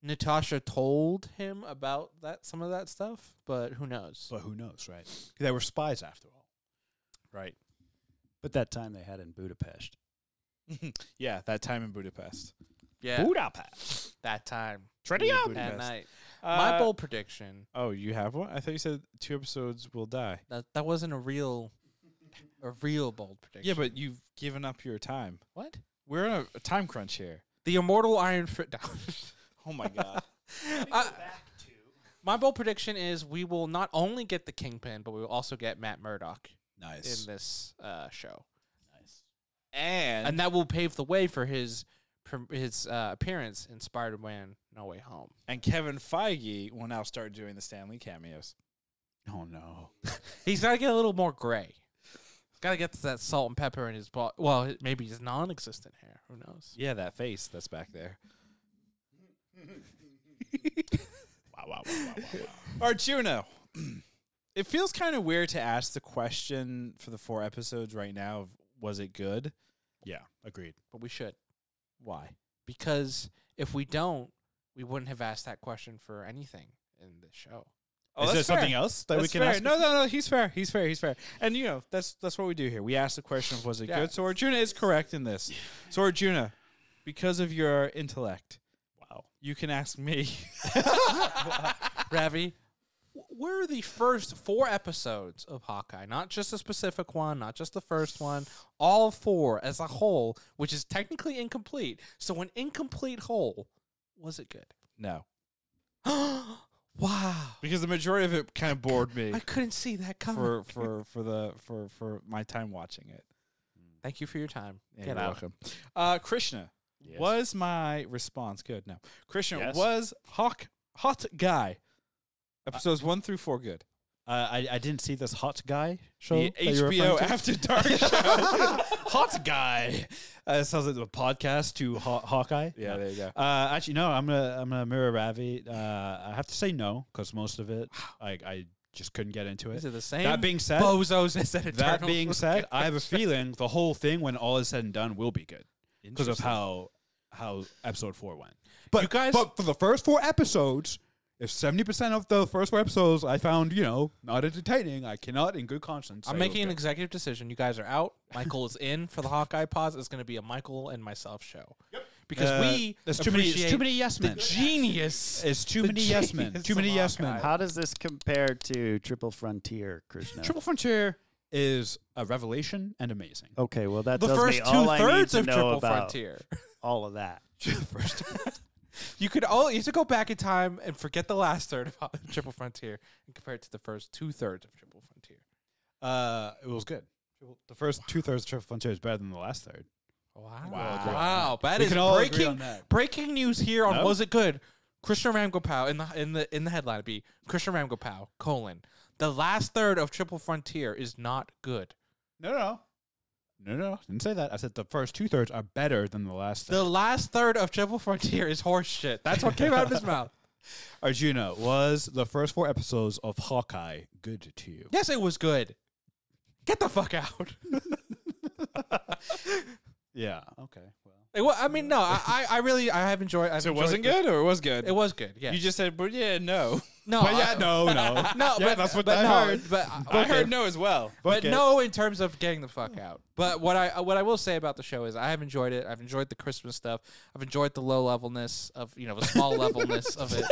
Speaker 2: Natasha told him about that some of that stuff, but who knows?
Speaker 3: But who knows, right? They were spies after all.
Speaker 1: Right.
Speaker 4: But that time they had in Budapest.
Speaker 1: yeah, that time in Budapest.
Speaker 2: yeah,
Speaker 3: Budapest.
Speaker 2: that time
Speaker 1: Tritium.
Speaker 2: that night. my bold prediction
Speaker 1: Oh, you have one? I thought you said two episodes will die.
Speaker 2: that that wasn't a real, a real bold prediction.
Speaker 1: Yeah, but you've given up your time.
Speaker 2: what?
Speaker 1: We're in a, a time crunch here.
Speaker 2: The immortal Iron
Speaker 3: [laughs]
Speaker 2: Fist.
Speaker 1: Oh my [laughs] god.
Speaker 2: [laughs] I- my bold prediction is we will not only get the kingpin, but we will also get Matt Murdock
Speaker 3: Nice.
Speaker 2: in this uh, show,
Speaker 3: nice.
Speaker 1: and
Speaker 2: and that will pave the way for his pr- his uh, appearance in Spider-Man: No Way Home.
Speaker 1: and Kevin Feige will now start doing the Stanley cameos.
Speaker 3: Oh no.
Speaker 2: He's got to get a little more gray. He's got to get that salt and pepper in his bo- well, maybe his non-existent hair. Who knows?
Speaker 1: Yeah, that face that's back there.
Speaker 3: Wow! Wow! Wow! Wow! wow, wow.
Speaker 1: Arjuna. [clears throat] it feels kind of weird to ask the question for the four episodes right now of was it good?
Speaker 3: yeah. Agreed.
Speaker 2: But we should
Speaker 1: Why?
Speaker 2: because if we don't, we wouldn't have asked that question for anything in this show.
Speaker 1: Oh,
Speaker 3: is there
Speaker 1: that's fair.
Speaker 3: something else that we
Speaker 1: That's
Speaker 3: can
Speaker 1: fair.
Speaker 3: ask?
Speaker 1: No, no, no. He's fair. He's fair. He's fair. And you know, that's that's what we do here. We ask the question of was it
Speaker 2: Yeah.
Speaker 1: good. So Arjuna is correct in this. So Arjuna, because of your intellect,
Speaker 3: Wow.
Speaker 1: You can ask me. [laughs]
Speaker 2: Ravi, wh- where are the first four episodes of Hawkeye? Not just a specific one, not just the first one, all four as a whole, which is technically incomplete. So, an incomplete whole, was it good? [gasps]
Speaker 1: no,
Speaker 2: wow.
Speaker 1: because the majority of it kind of bored me
Speaker 2: I couldn't see that coming.
Speaker 1: for for for the for for my time watching it.
Speaker 2: Thank you for your time.
Speaker 1: Yeah,
Speaker 2: Get
Speaker 1: you're
Speaker 2: out.
Speaker 1: welcome. Uh, Krishna,
Speaker 3: Yes.
Speaker 1: was my response good? No, Krishna
Speaker 3: Yes.
Speaker 1: was hawk hot guy. Episodes one through four good.
Speaker 3: Uh, I I didn't see this hot guy show.
Speaker 1: The
Speaker 3: that you're
Speaker 1: HBO
Speaker 3: referring to.
Speaker 1: After Dark
Speaker 3: [laughs]
Speaker 1: show.
Speaker 3: hot guy. Uh, sounds like the podcast to Haw- Hawkeye.
Speaker 1: yeah, there you go.
Speaker 3: Uh, actually, no. I'm gonna I'm gonna mirror Ravi. Uh, I have to say no because most of it, I I just couldn't get into it.
Speaker 2: Is it the same?
Speaker 3: That being said,
Speaker 2: bozos as that
Speaker 3: that
Speaker 2: Eternals
Speaker 3: [laughs] being
Speaker 2: was
Speaker 3: said,
Speaker 2: good?
Speaker 3: I have a feeling the whole thing, when all is said and done, will be good because of how how episode four went. But
Speaker 2: You guys-
Speaker 3: but for the first four episodes, if seventy percent of the first four episodes I found you know not entertaining, I cannot in good
Speaker 2: [laughs]
Speaker 3: conscience.
Speaker 2: I'm
Speaker 3: say it was
Speaker 2: making an
Speaker 3: good.
Speaker 2: executive decision. You guys are out. Michael is in for the Hawkeye pause. It's going to be a Michael and myself show. Yep. Because
Speaker 3: Uh,
Speaker 2: we
Speaker 3: there's too many
Speaker 2: appreciate
Speaker 3: too many yes
Speaker 2: the
Speaker 3: men.
Speaker 2: genius.
Speaker 3: It's too
Speaker 2: the
Speaker 3: many yes men.
Speaker 2: genius
Speaker 3: Too many
Speaker 2: of
Speaker 3: yes men.
Speaker 2: Hawkeye.
Speaker 4: How does this compare to Triple Frontier, Krishna?
Speaker 3: Triple Frontier is a revelation and amazing.
Speaker 4: okay, well that
Speaker 2: the
Speaker 4: tells
Speaker 2: first
Speaker 4: me all
Speaker 2: two
Speaker 4: I need
Speaker 2: thirds
Speaker 4: to
Speaker 2: of
Speaker 4: know
Speaker 2: Triple
Speaker 4: about
Speaker 2: Frontier. [laughs]
Speaker 4: all of that.
Speaker 3: first,
Speaker 2: You could all you have to go back in time and forget the last third of Ho- Triple Frontier and compare it to the first two thirds of Triple Frontier.
Speaker 3: uh, it was good. Triple- The first two thirds of Triple Frontier is better than the last third.
Speaker 2: Wow.
Speaker 3: Wow.
Speaker 2: Wow. That
Speaker 3: We
Speaker 2: is
Speaker 3: can all agree
Speaker 2: breaking
Speaker 3: on that.
Speaker 2: breaking news here on
Speaker 3: No?
Speaker 2: Was It Good? Krishna Ramgopal in the in the in the headline would be Krishna Ramgopal, colon. The last third of Triple Frontier is not good.
Speaker 3: No, no, no. No, no, no. Didn't say that. I said the first two thirds are better than the last third.
Speaker 2: The last third of Triple Frontier is horse shit. That's what came out
Speaker 4: [laughs]
Speaker 2: of his mouth.
Speaker 3: Arjuna, was the first four episodes of Hawkeye good to you?
Speaker 2: Yes, it was good. Get the fuck out.
Speaker 3: Yeah. Okay. Well.
Speaker 2: It wa- I mean, no, I, I I really I have enjoyed. I've
Speaker 1: So it
Speaker 2: enjoyed
Speaker 1: wasn't
Speaker 2: the-
Speaker 1: good, or it was good.
Speaker 2: It was good. Yeah.
Speaker 1: You just said, but yeah, no.
Speaker 2: no.
Speaker 3: But
Speaker 2: I-
Speaker 3: yeah, no, no.
Speaker 2: [laughs] No,
Speaker 3: yeah,
Speaker 2: but,
Speaker 3: that's what
Speaker 2: but
Speaker 3: I
Speaker 2: no,
Speaker 3: heard.
Speaker 2: But
Speaker 1: [laughs] I heard no as well.
Speaker 2: but
Speaker 3: Okay.
Speaker 2: no in terms of getting the fuck out. But what I what I will say about the show is I have enjoyed it. I've enjoyed the Christmas stuff. I've enjoyed the low levelness of you know the small levelness of
Speaker 3: [laughs]
Speaker 2: it.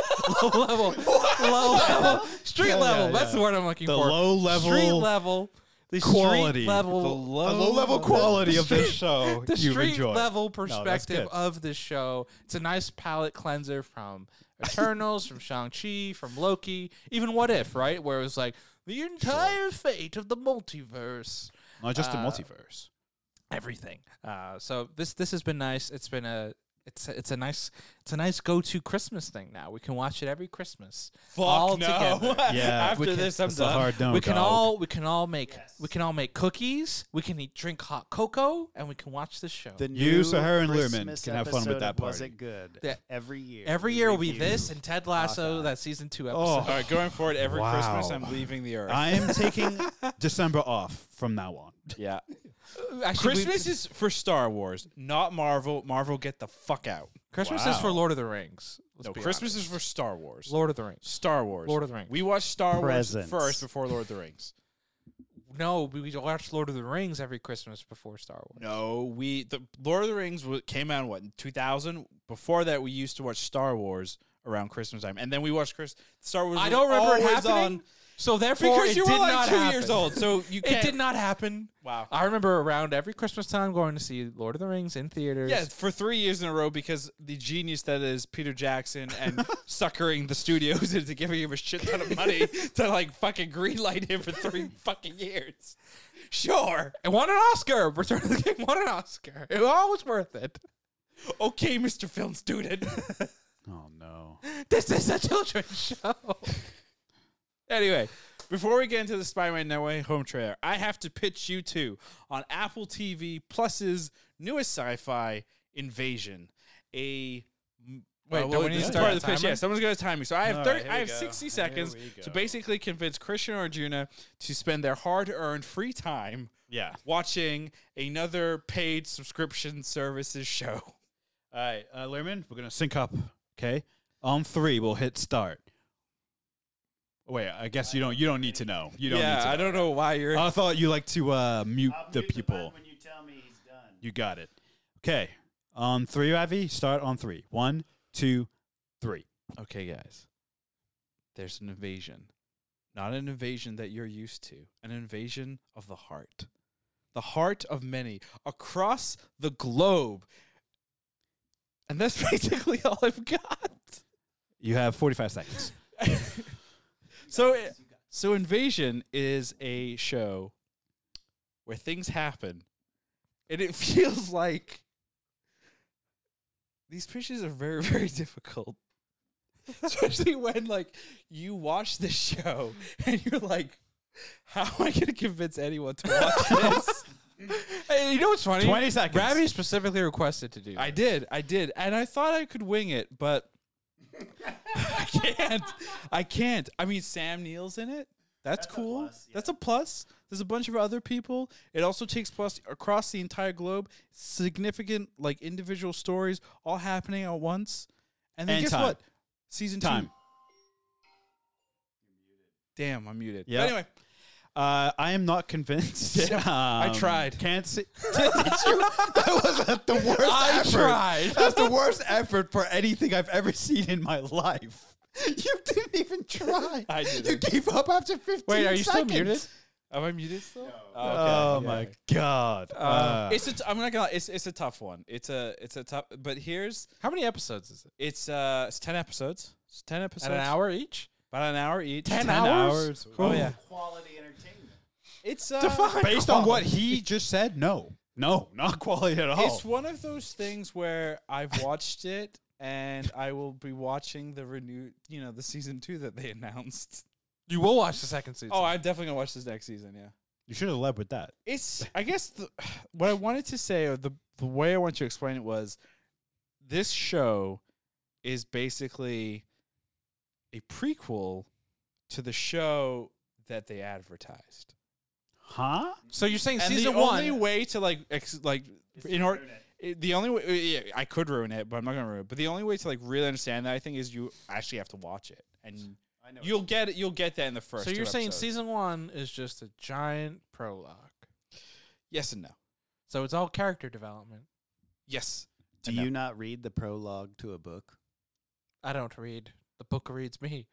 Speaker 2: Low level, low level, street
Speaker 3: Yeah,
Speaker 2: level.
Speaker 3: yeah,
Speaker 2: That's
Speaker 3: yeah.
Speaker 2: the word I'm looking
Speaker 3: The
Speaker 2: for.
Speaker 3: low-level
Speaker 2: street level, the street
Speaker 3: quality.
Speaker 2: level,
Speaker 3: The
Speaker 2: low,
Speaker 3: the low level quality of this show
Speaker 2: [laughs] the
Speaker 3: you've
Speaker 2: street
Speaker 3: enjoyed.
Speaker 2: level
Speaker 3: that's
Speaker 2: perspective
Speaker 3: good.
Speaker 2: of this show. It's a nice palate cleanser from Eternals, from Shang-Chi, from Loki, even What If, right? Where it was like the entire fate of the multiverse.
Speaker 3: Not just the
Speaker 2: uh,
Speaker 3: multiverse.
Speaker 2: Everything. Uh, so this this has been nice. It's been a it's a, it's a nice it's a nice go to Christmas thing now. We can watch it every Christmas. all together.
Speaker 3: Yeah,
Speaker 1: After
Speaker 3: we can-
Speaker 1: this, I'm
Speaker 3: that's a
Speaker 1: done.
Speaker 3: hard no,
Speaker 2: we can
Speaker 3: dog.
Speaker 2: all we can all make we can all make cookies. We can eat, drink hot cocoa, and we can watch this show.
Speaker 4: The
Speaker 3: You,
Speaker 4: new
Speaker 3: Sahara, and Learman
Speaker 4: Christmas
Speaker 3: can have fun with
Speaker 4: episode
Speaker 3: that
Speaker 4: of Was
Speaker 3: party.
Speaker 4: it good?
Speaker 2: Yeah.
Speaker 4: Every year.
Speaker 2: Every
Speaker 4: we
Speaker 2: year will be
Speaker 4: review.
Speaker 2: this and Ted Lasso,
Speaker 4: Hawkeye.
Speaker 2: that season two
Speaker 3: Oh.
Speaker 2: episode.
Speaker 1: All right, going forward, every Christmas
Speaker 3: Wow.
Speaker 1: I'm leaving the earth.
Speaker 3: I
Speaker 2: [laughs]
Speaker 3: am taking December off from now on.
Speaker 1: yeah.
Speaker 2: [laughs] Actually, we-
Speaker 1: [laughs] Christmas is for Star Wars, not Marvel. Marvel, get the fuck out.
Speaker 2: Christmas is for Lord of the Rings. Let's
Speaker 1: No,
Speaker 2: be
Speaker 1: Christmas
Speaker 2: honest.
Speaker 1: is for Star Wars.
Speaker 2: Lord of the Rings.
Speaker 1: Star Wars.
Speaker 2: Lord of the Rings.
Speaker 1: We watched Star
Speaker 4: Presents.
Speaker 1: Wars first before Lord of the Rings.
Speaker 2: No, we we watch Lord of the Rings every Christmas before Star Wars.
Speaker 1: No, we the Lord of the Rings wa- came out in what in 2000. Before that, we used to watch Star Wars around Christmas time, and then we watched Chris Star Wars.
Speaker 2: I
Speaker 1: was
Speaker 2: don't remember it
Speaker 1: always
Speaker 2: happening.
Speaker 1: on-
Speaker 2: So therefore,
Speaker 1: because
Speaker 2: it
Speaker 1: you were
Speaker 2: did
Speaker 1: like
Speaker 2: not
Speaker 1: two
Speaker 2: happen.
Speaker 1: years old, so you
Speaker 2: [laughs] It
Speaker 1: can't.
Speaker 2: did not happen.
Speaker 1: Wow.
Speaker 2: I remember around every Christmas time going to see Lord of the Rings in theaters.
Speaker 1: Yeah, for three years in a row because the genius that is Peter Jackson [laughs] and suckering the studios [laughs] into giving him a shit ton of [laughs] money to like fucking greenlight him for [laughs] three fucking years. Sure.
Speaker 2: It won an Oscar. [laughs] Return of the King won an Oscar. It was always worth it.
Speaker 1: Okay, Mr. Film [laughs] Student.
Speaker 3: Oh no.
Speaker 2: This is a children's [laughs] show.
Speaker 1: Anyway, before we get into the Spider-Man No Way Home trailer, I have to pitch you two on Apple TV Plus's newest sci-fi Invasion. A
Speaker 3: Oh,
Speaker 2: Wait,
Speaker 1: Uh,
Speaker 2: don't
Speaker 1: well,
Speaker 2: we need
Speaker 1: this is
Speaker 2: to start
Speaker 1: part
Speaker 2: a
Speaker 1: of the pitch.
Speaker 2: timer?
Speaker 1: Yeah, someone's going to time me. So I have
Speaker 3: All
Speaker 1: thir-
Speaker 3: right, here
Speaker 1: I
Speaker 3: we
Speaker 1: have
Speaker 3: go.
Speaker 1: 60
Speaker 3: Here
Speaker 1: seconds
Speaker 3: we
Speaker 1: to
Speaker 3: go.
Speaker 1: basically convince Christian or Arjuna to spend their hard-earned free time
Speaker 3: Yeah.
Speaker 1: watching another paid subscription services show. [laughs]
Speaker 3: All right, uh, Lerman, we're gonna sync up. Okay, on three, we'll hit start. Wait, I guess you don't. You don't need to know. You don't
Speaker 1: yeah,
Speaker 3: need to.
Speaker 1: I don't know why you're.
Speaker 3: know. I thought you like to uh, mute the people.
Speaker 4: when you tell me he's done.
Speaker 3: you got it. Okay, on three, Ravi. Start on three. One, two, Three.
Speaker 1: okay, guys, there's an invasion. Not an invasion that you're used to, an invasion of the heart. The heart of many across the globe. And that's [laughs] basically all I've got.
Speaker 3: You have 45 seconds.
Speaker 1: So, i- so Invasion is a show where things happen, and it [laughs] feels like these pitches are very, very difficult. [laughs] Especially when like you watch this show and you're like, "How am I going to convince anyone to watch this?"
Speaker 2: Hey, you know what's funny?
Speaker 3: 20 seconds.
Speaker 2: Ravi specifically requested to do.
Speaker 1: I
Speaker 2: this.
Speaker 1: did, I did, and I thought I could wing it, but I can't. I can't. I mean, Sam Neill's in it. That's, cool.
Speaker 4: plus, yeah.
Speaker 1: That's a plus. There's a bunch of other people. It also takes plus across the entire globe. Significant like individual stories all happening at once. And then
Speaker 3: And
Speaker 1: guess
Speaker 3: time.
Speaker 1: what? Season
Speaker 3: Time.
Speaker 1: two. Damn, I'm muted. But
Speaker 3: Yep.
Speaker 1: anyway,
Speaker 3: Uh, I am not [laughs] convinced. I
Speaker 1: tried.
Speaker 3: Can't see. [laughs] Did you? That was uh, the worst
Speaker 2: I
Speaker 3: effort.
Speaker 2: tried.
Speaker 3: That's the worst effort for anything I've ever seen in my life. You didn't even try.
Speaker 1: I
Speaker 3: You
Speaker 1: didn't.
Speaker 3: gave up after 15
Speaker 2: Wait, are you still
Speaker 3: seconds.
Speaker 2: muted?
Speaker 1: am I muted still?
Speaker 3: Oh,
Speaker 1: yeah.
Speaker 3: my God. Uh,
Speaker 1: It's a t- I'm not gonna. It's it's a tough one. It's a it's a tough. But here's
Speaker 2: How many episodes is it?
Speaker 1: it's uh it's ten episodes. It's ten episodes.
Speaker 2: At an hour each?
Speaker 1: About an hour each.
Speaker 2: 10 hours?
Speaker 1: Oh yeah.
Speaker 4: Quality entertainment.
Speaker 1: It's uh,
Speaker 3: based on what he just said, no. No, not quality at all.
Speaker 1: It's one of those things where I've watched it and I will be watching the renew, you know, the season two that they announced.
Speaker 2: [laughs] You will watch the second season.
Speaker 1: Oh, I'm definitely gonna watch this next season. Yeah,
Speaker 3: you should have led with that.
Speaker 1: it's. I guess the, [sighs] what I wanted to say, or the the way I want you to explain it was, this show is basically a prequel to the show that they advertised.
Speaker 3: Huh?
Speaker 2: so you're saying
Speaker 1: and
Speaker 2: season
Speaker 1: the
Speaker 2: one?
Speaker 1: only way to like ex- like in order the only way eh, yeah, I could ruin it, but I'm not gonna ruin it. But the only way to like really understand that I think is you actually have to watch it, and
Speaker 4: I know.
Speaker 1: you'll get it. You'll get that in the first.
Speaker 2: so you're
Speaker 1: two
Speaker 2: saying
Speaker 1: episodes.
Speaker 2: season one is just a giant prologue.
Speaker 1: yes and no.
Speaker 2: So it's all character development.
Speaker 1: Yes,
Speaker 4: Do
Speaker 1: and no.
Speaker 4: you not read the prologue to a book?
Speaker 2: I don't read. The book reads me.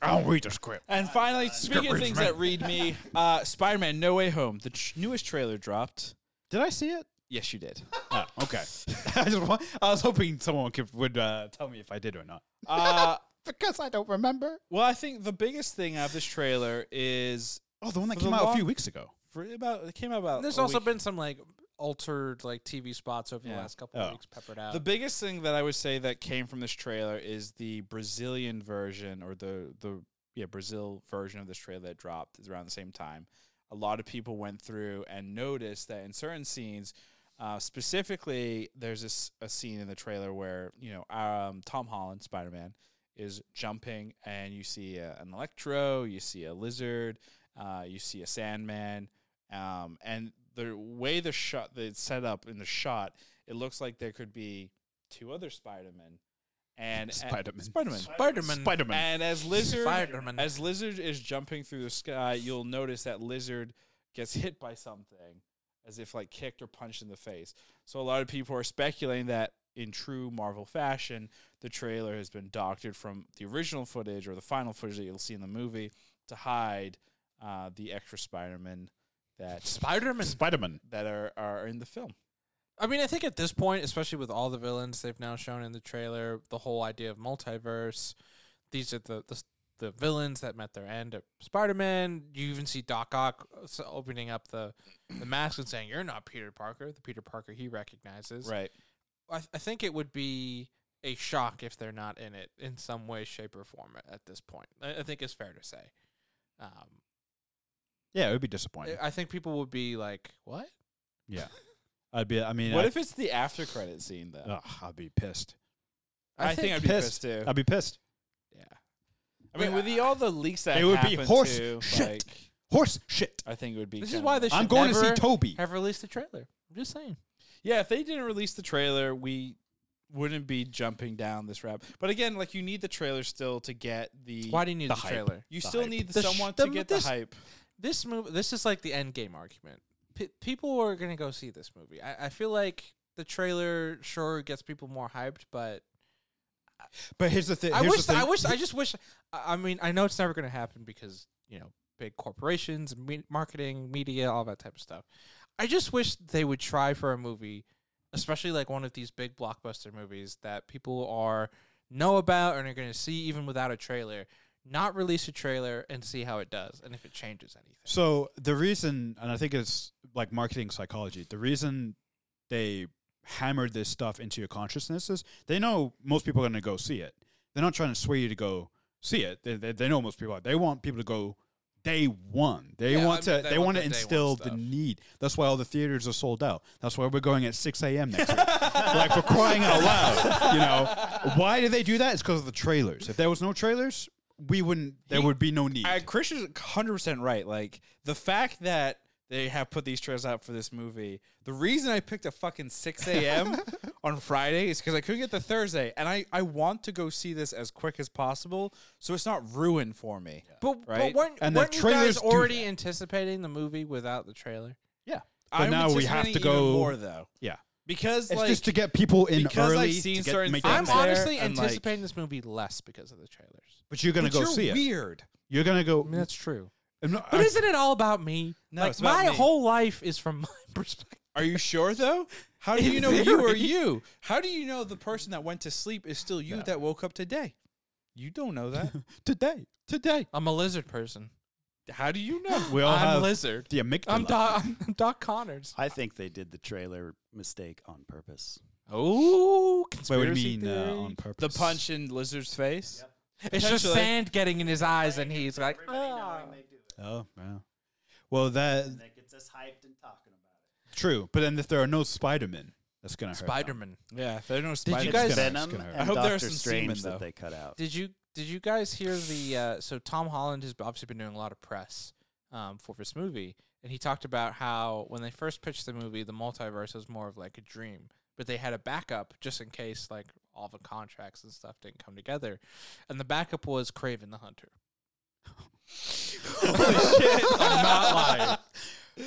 Speaker 3: I don't read the script.
Speaker 1: And finally, speaking of
Speaker 3: reads
Speaker 1: things
Speaker 3: me.
Speaker 1: that read me, uh, Spider-Man: No Way Home, the tr- newest trailer dropped.
Speaker 3: Did I see it?
Speaker 1: Yes, you did.
Speaker 3: Oh, okay. [laughs] I, just wa- I was hoping someone could, would uh, tell me if I did or not.
Speaker 1: Uh,
Speaker 3: [laughs] Because I don't remember.
Speaker 1: well, I think the biggest thing out of this trailer is
Speaker 3: Oh, the one that
Speaker 1: For
Speaker 3: came
Speaker 1: the
Speaker 3: out a
Speaker 1: long-
Speaker 3: few weeks ago.
Speaker 1: for about it came out about.
Speaker 2: There's
Speaker 1: a
Speaker 2: also
Speaker 1: week
Speaker 2: been some like altered like TV spots over the
Speaker 1: Yeah.
Speaker 2: last couple of
Speaker 3: Oh.
Speaker 2: weeks peppered out.
Speaker 1: The biggest thing that I would say that came from this trailer is the Brazilian version or the the yeah Brazil version of this trailer that dropped is around the same time. A lot of people went through and noticed that in certain scenes, uh, specifically, there's this a scene in the trailer where you know um, Tom Holland Spider Man is jumping and you see a, an Electro, you see a lizard, uh, you see a Sandman, um, and the way the shot the set up in the shot it looks like there could be two other Spider-Men. And
Speaker 3: Spider-Man.
Speaker 1: Spider-Man.
Speaker 2: Spider-Man.
Speaker 3: Spider-Man.
Speaker 1: And as Lizard
Speaker 2: Spider-Man.
Speaker 1: as Lizard is jumping through the sky, you'll notice that Lizard gets hit by something as if like kicked or punched in the face. So a lot of people are speculating that in true Marvel fashion, the trailer has been doctored from the original footage or the final footage that you'll see in the movie to hide uh, the extra Spider-Man that
Speaker 2: Spider-Man.
Speaker 3: Spider-Man.
Speaker 1: that are, are in the film.
Speaker 2: I mean, I think at this point, especially with all the villains they've now shown in the trailer, the whole idea of multiverse, these are the the, s- the villains that met their end at Spider-Man. You even see Doc Ock uh, s- opening up the the mask and saying, "You're not Peter Parker." The Peter Parker he recognizes.
Speaker 1: Right.
Speaker 2: I, th- I think it would be a shock if they're not in it in some way, shape, or form at, at this point. I, I think it's fair to say. Um,
Speaker 3: Yeah, it would be disappointing.
Speaker 2: I I think people would be like, "What?"
Speaker 3: yeah. I'd be, I mean,
Speaker 1: What
Speaker 3: I,
Speaker 1: if it's the after credit scene though?
Speaker 3: Ugh, I'd be pissed.
Speaker 1: I, think, I'd be pissed, too.
Speaker 3: I'd be pissed.
Speaker 1: yeah. I mean, with the,
Speaker 2: Yeah.
Speaker 1: all the leaks that
Speaker 3: It would be
Speaker 1: happened,
Speaker 3: horse
Speaker 1: too,
Speaker 3: shit.
Speaker 1: Like,
Speaker 3: Horse shit.
Speaker 1: I think it would be.
Speaker 2: This is
Speaker 1: kinda
Speaker 2: why
Speaker 1: like-
Speaker 2: they should
Speaker 3: I'm going to see
Speaker 2: never
Speaker 3: Toby.
Speaker 2: have released the trailer. I'm just saying.
Speaker 1: Yeah, if they didn't release the trailer, we wouldn't be jumping down this rabbit. But again, like you need the trailer still to get the.
Speaker 2: Why do you need
Speaker 3: the
Speaker 2: the,
Speaker 3: hype.
Speaker 2: trailer?
Speaker 1: you
Speaker 3: the
Speaker 1: still
Speaker 3: hype.
Speaker 1: need
Speaker 2: The sh-
Speaker 1: someone
Speaker 2: the
Speaker 1: to
Speaker 2: m-
Speaker 1: get the
Speaker 2: this-
Speaker 1: hype.
Speaker 2: This movie. This is like the end game argument. P- people are gonna go see this movie. I, I feel like the trailer sure gets people more hyped, but
Speaker 3: But here's the thi-
Speaker 2: I
Speaker 3: here's
Speaker 2: wish.
Speaker 3: the thing.
Speaker 2: I wish. I just wish. I I mean, I know it's never going to happen because you know big corporations, me- marketing, media, all that type of stuff. I just wish they would try for a movie, especially like one of these big blockbuster movies that people are know about and are going to see even without a trailer. Not release a trailer and see how it does and if it changes anything.
Speaker 3: So the reason, and I think it's like marketing psychology, the reason they hammered this stuff into your consciousness is they know most people are going to go see it. They're not trying to sway you to go see it. They, they, they know most people are. They want people to go day one. They
Speaker 2: Yeah,
Speaker 3: want
Speaker 2: I mean,
Speaker 3: to
Speaker 2: they
Speaker 3: they,
Speaker 2: want
Speaker 3: want
Speaker 2: the
Speaker 3: to
Speaker 2: day one
Speaker 3: instill the
Speaker 2: stuff.
Speaker 3: need. That's why all the theaters are sold out. That's why we're going at 6 a.m. next week.
Speaker 2: [laughs]
Speaker 3: like for crying out loud, you know. Why do they do that? It's because of the trailers. If there was no trailers, we wouldn't. There
Speaker 1: He-
Speaker 3: would be no need.
Speaker 1: I, Chris is 100% right. Like, the fact that they have put these trailers out for this movie, the reason I picked a fucking [laughs] 6 a.m. on Friday is because I couldn't get the Thursday. And I, I want to go see this as quick as possible so it's not ruined for me.
Speaker 2: But,
Speaker 1: Right?
Speaker 2: but weren't,
Speaker 3: And the
Speaker 2: weren't you guys
Speaker 3: trailers do
Speaker 2: already
Speaker 3: that.
Speaker 2: anticipating the movie without the trailer?
Speaker 1: Yeah.
Speaker 3: But
Speaker 1: I'm
Speaker 3: now we have
Speaker 1: anticipating
Speaker 3: to
Speaker 1: even
Speaker 3: go-
Speaker 1: more, though.
Speaker 3: yeah.
Speaker 1: Because,
Speaker 3: It's
Speaker 1: like,
Speaker 3: just to get people in
Speaker 1: because I've
Speaker 3: early.
Speaker 1: seen
Speaker 3: to get,
Speaker 1: certain
Speaker 3: make
Speaker 1: things-
Speaker 3: them
Speaker 2: I'm
Speaker 1: there
Speaker 2: honestly
Speaker 1: and, like-
Speaker 2: anticipating this movie less because of the trailers.
Speaker 3: But you're gonna
Speaker 1: but
Speaker 3: go
Speaker 1: you're
Speaker 3: see it.
Speaker 1: weird.
Speaker 3: You're gonna go.
Speaker 2: I mean, that's true.
Speaker 3: I'm not-
Speaker 2: But
Speaker 3: I-
Speaker 2: isn't it all about me?
Speaker 1: No,
Speaker 2: like
Speaker 1: it's about
Speaker 2: my
Speaker 1: me.
Speaker 2: whole life is from [laughs] my perspective.
Speaker 1: Are you sure, though? How
Speaker 2: [laughs]
Speaker 1: do
Speaker 2: In
Speaker 1: you know you are
Speaker 2: theory.
Speaker 1: you? How do you know the person that went to sleep is still you that woke up today? You don't know
Speaker 3: [laughs]
Speaker 1: that.
Speaker 3: [laughs] today? Today?
Speaker 2: I'm a lizard person.
Speaker 1: How do you know?
Speaker 3: We all
Speaker 2: I'm
Speaker 3: have
Speaker 2: lizard.
Speaker 3: the amygdala.
Speaker 2: I'm Doc, I'm [laughs] Doc Connors.
Speaker 4: I think they did the trailer mistake on purpose.
Speaker 2: Oh,
Speaker 3: Wait, what do
Speaker 2: conspiracy
Speaker 3: you mean uh,
Speaker 2: theory.
Speaker 3: on purpose?
Speaker 1: The punch in Lizard's face.
Speaker 2: it's just
Speaker 1: Potentially.
Speaker 2: sand getting in his eyes, and he's like, "Ah."
Speaker 3: Oh, wow. Well, that
Speaker 4: that gets us hyped and talking about
Speaker 3: true. But then if there are no Spider-Men, that's gonna hurt. [laughs]
Speaker 2: Spider-Man.
Speaker 1: Yeah, there are no
Speaker 2: you
Speaker 1: spiders.
Speaker 2: guys- It's
Speaker 4: it.
Speaker 3: gonna-
Speaker 4: Venom
Speaker 3: it's gonna hurt.
Speaker 4: and
Speaker 1: I hope
Speaker 4: Doctor
Speaker 1: there's some
Speaker 4: Strange
Speaker 1: semen, though.
Speaker 4: that they cut out.
Speaker 2: Did you did you guys hear the uh, so Tom Holland has obviously been doing a lot of press um, for this movie, and he talked about how when they first pitched the movie, the multiverse was more of like a dream, but they had a backup just in case like all the contracts and stuff didn't come together, and the backup was Craven the Hunter.
Speaker 3: I'm not [laughs] lying.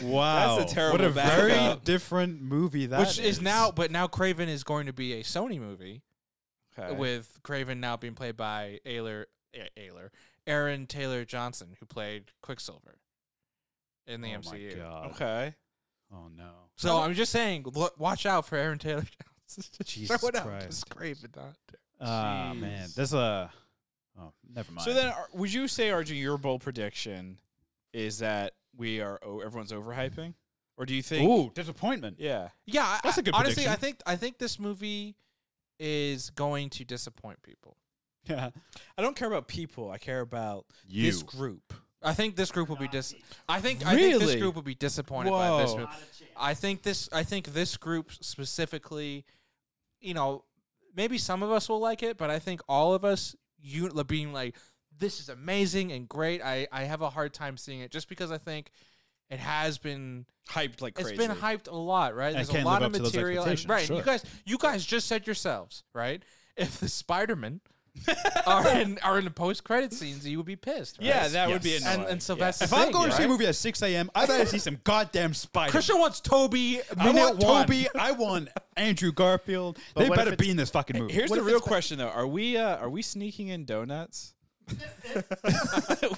Speaker 3: Wow,
Speaker 1: terrible
Speaker 3: What a very
Speaker 1: backup.
Speaker 3: different movie that Oh
Speaker 2: Which is now, but now Craven is going to be a Sony movie
Speaker 1: Okay.
Speaker 2: with Craven now being played by Ayler, A- Ayler, Aaron Taylor Johnson, who played Quicksilver in the
Speaker 3: oh
Speaker 2: MCU.
Speaker 3: My God.
Speaker 1: okay.
Speaker 3: Oh no.
Speaker 2: So I'm just saying, look, watch out for Aaron Taylor [laughs] Johnson. [laughs]
Speaker 3: Jesus
Speaker 2: Throw it out,
Speaker 3: Christ.
Speaker 2: just Craven Hunter.
Speaker 3: Ah man, there's a. Oh, never mind.
Speaker 1: So then, are- would you say, RJ, your bold prediction is that we are oh, everyone's overhyping, or do you think?
Speaker 3: ooh, disappointment. [laughs]
Speaker 1: Yeah.
Speaker 2: Yeah, I-
Speaker 3: That's a good
Speaker 2: honestly.
Speaker 3: prediction.
Speaker 2: I think I think this movie is going to disappoint people.
Speaker 3: Yeah,
Speaker 1: I don't care about people. I care about
Speaker 3: you.
Speaker 1: this group.
Speaker 2: I think this group will be dis. I think I think this
Speaker 1: Really?
Speaker 2: group will be disappointed by this
Speaker 1: Whoa.
Speaker 2: movie. I think this. I think this group specifically. You know, maybe some of us will like it, but I think all of us, you being like, this is amazing and great. I I have a hard time seeing it just because I think it has been
Speaker 1: Hyped like crazy.
Speaker 2: It's been hyped a lot, right?
Speaker 3: And
Speaker 2: There's a
Speaker 3: can't
Speaker 2: lot
Speaker 3: live
Speaker 2: of
Speaker 3: up to those
Speaker 2: material, and,
Speaker 3: expectations,
Speaker 2: right? and
Speaker 3: sure.
Speaker 2: You guys, you guys just said yourselves, right? If the Spider-Man
Speaker 3: [laughs]
Speaker 2: are in are in the post-credit scenes, you would be pissed. Right?
Speaker 1: Yeah, that would be
Speaker 3: Yes.
Speaker 1: annoying.
Speaker 2: and and so
Speaker 1: Yeah.
Speaker 2: that's the
Speaker 3: If I'm
Speaker 2: thing,
Speaker 3: going to see a
Speaker 2: right?
Speaker 3: movie at 6 a.m., I better see some goddamn spider.
Speaker 2: Christian wants Toby
Speaker 3: I
Speaker 2: minute
Speaker 3: want
Speaker 2: one.
Speaker 3: Toby. I want Andrew Garfield.
Speaker 4: But
Speaker 3: they
Speaker 4: what if
Speaker 3: better
Speaker 4: it's-
Speaker 3: be in this fucking movie.
Speaker 1: Here's
Speaker 4: What
Speaker 1: the
Speaker 4: if
Speaker 1: real
Speaker 4: it's ba-
Speaker 1: question, though: Are we uh, are we sneaking in
Speaker 3: [laughs]
Speaker 1: donuts? [laughs]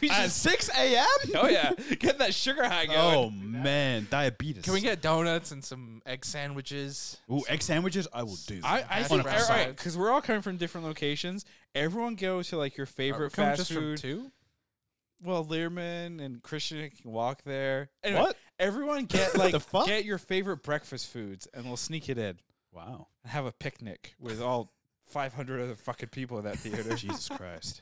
Speaker 1: we
Speaker 3: at
Speaker 1: just,
Speaker 3: 6 a.m.
Speaker 1: oh yeah, get that sugar high going.
Speaker 3: Oh man, diabetes.
Speaker 2: Can we get donuts and some egg sandwiches?
Speaker 3: Ooh, egg sandwiches? I will do.
Speaker 1: I, I
Speaker 2: Hash
Speaker 1: think all
Speaker 2: browns.
Speaker 1: right because we're all coming from different locations. Everyone go to like your favorite
Speaker 2: Come
Speaker 1: fast
Speaker 2: just
Speaker 1: food.
Speaker 2: from two.
Speaker 1: Well, Learman and Christian can walk there. Anyway,
Speaker 3: What? [laughs]
Speaker 1: Everyone get like
Speaker 3: The fuck?
Speaker 1: get your favorite breakfast foods, and we'll sneak it in
Speaker 3: wow.
Speaker 1: and have a picnic with all 500 other fucking people in that theater.
Speaker 3: [laughs] Jesus Christ.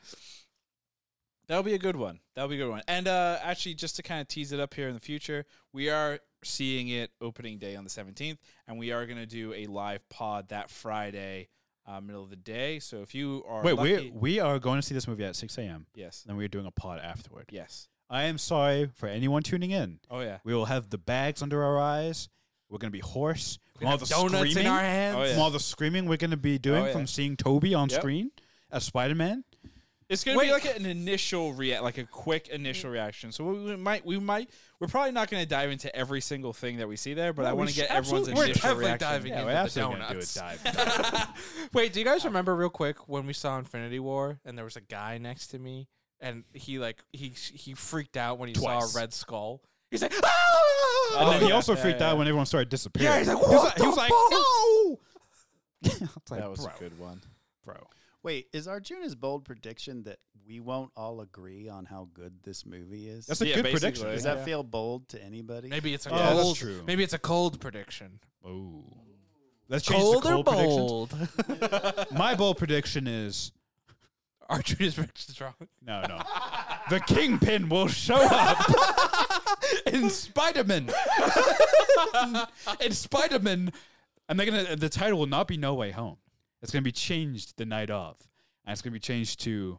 Speaker 1: That'll be a good one. That'll be a good one. And uh, actually, just to kind of tease it up here in the future, we are seeing it opening day on the 17th, and we are going to do a live pod that Friday, uh, middle of the day. So if you are
Speaker 3: Wait,
Speaker 1: lucky,
Speaker 3: we we are going to see this movie at 6 a.m.
Speaker 1: yes,
Speaker 3: Then we're doing a pod afterward.
Speaker 1: yes,
Speaker 3: I am sorry for anyone tuning in.
Speaker 1: oh yeah,
Speaker 3: We will have the bags under our eyes. We're gonna be hoarse from all the
Speaker 2: donuts in
Speaker 3: screaming.
Speaker 2: our hands.
Speaker 1: Oh, yeah.
Speaker 3: From all the screaming we're gonna be doing
Speaker 1: Oh, yeah.
Speaker 3: from seeing Toby on
Speaker 1: Yep.
Speaker 3: screen as Spider Man.
Speaker 1: It's gonna
Speaker 2: Wait.
Speaker 1: be like an initial react, like a quick initial reaction. So we, we might, we might, we're probably not gonna dive into every single thing that we see there, but I
Speaker 3: we
Speaker 1: want to
Speaker 3: sh-
Speaker 1: get everyone's
Speaker 2: absolutely- we're
Speaker 1: initial
Speaker 2: definitely
Speaker 1: reaction.
Speaker 2: diving
Speaker 1: Yeah,
Speaker 2: in.
Speaker 1: we-
Speaker 2: the
Speaker 3: gonna
Speaker 2: donuts. [laughs]
Speaker 3: dive.
Speaker 2: [laughs] Wait, do you guys remember real quick when we saw Infinity War and there was a guy next to me and he like he he freaked out when he
Speaker 3: Twice.
Speaker 2: saw a Red Skull. He's like, ah!
Speaker 3: And
Speaker 1: Oh,
Speaker 3: then he
Speaker 1: yeah,
Speaker 3: also
Speaker 1: yeah,
Speaker 3: freaked
Speaker 1: yeah.
Speaker 3: out when everyone started disappearing.
Speaker 2: yeah, he's like,
Speaker 3: He
Speaker 2: what
Speaker 3: was
Speaker 2: the
Speaker 3: he was like,
Speaker 2: fuck?"
Speaker 3: [laughs] It's like,
Speaker 1: that was
Speaker 3: bro,
Speaker 1: a good one.
Speaker 3: bro.
Speaker 4: Wait, is Arjuna's bold prediction that we won't all agree on how good this movie is?
Speaker 3: That's a
Speaker 1: Yeah,
Speaker 3: good
Speaker 1: basically.
Speaker 3: prediction.
Speaker 4: Does
Speaker 1: yeah.
Speaker 4: that feel bold to anybody?
Speaker 2: Maybe it's a
Speaker 3: Yeah, that's
Speaker 2: cold.
Speaker 3: true.
Speaker 2: Maybe it's a cold prediction.
Speaker 3: Oh. Let's change
Speaker 2: Cold,
Speaker 3: the
Speaker 2: or
Speaker 3: cold predictions.
Speaker 2: bold? [laughs]
Speaker 3: My bold prediction is
Speaker 2: Archer's is wrong.
Speaker 3: no, no. the kingpin will show up [laughs] in Spider-Man. in Spider-Man, and they're gonna. The title will not be No Way Home. It's gonna be changed the night of, and it's gonna be changed to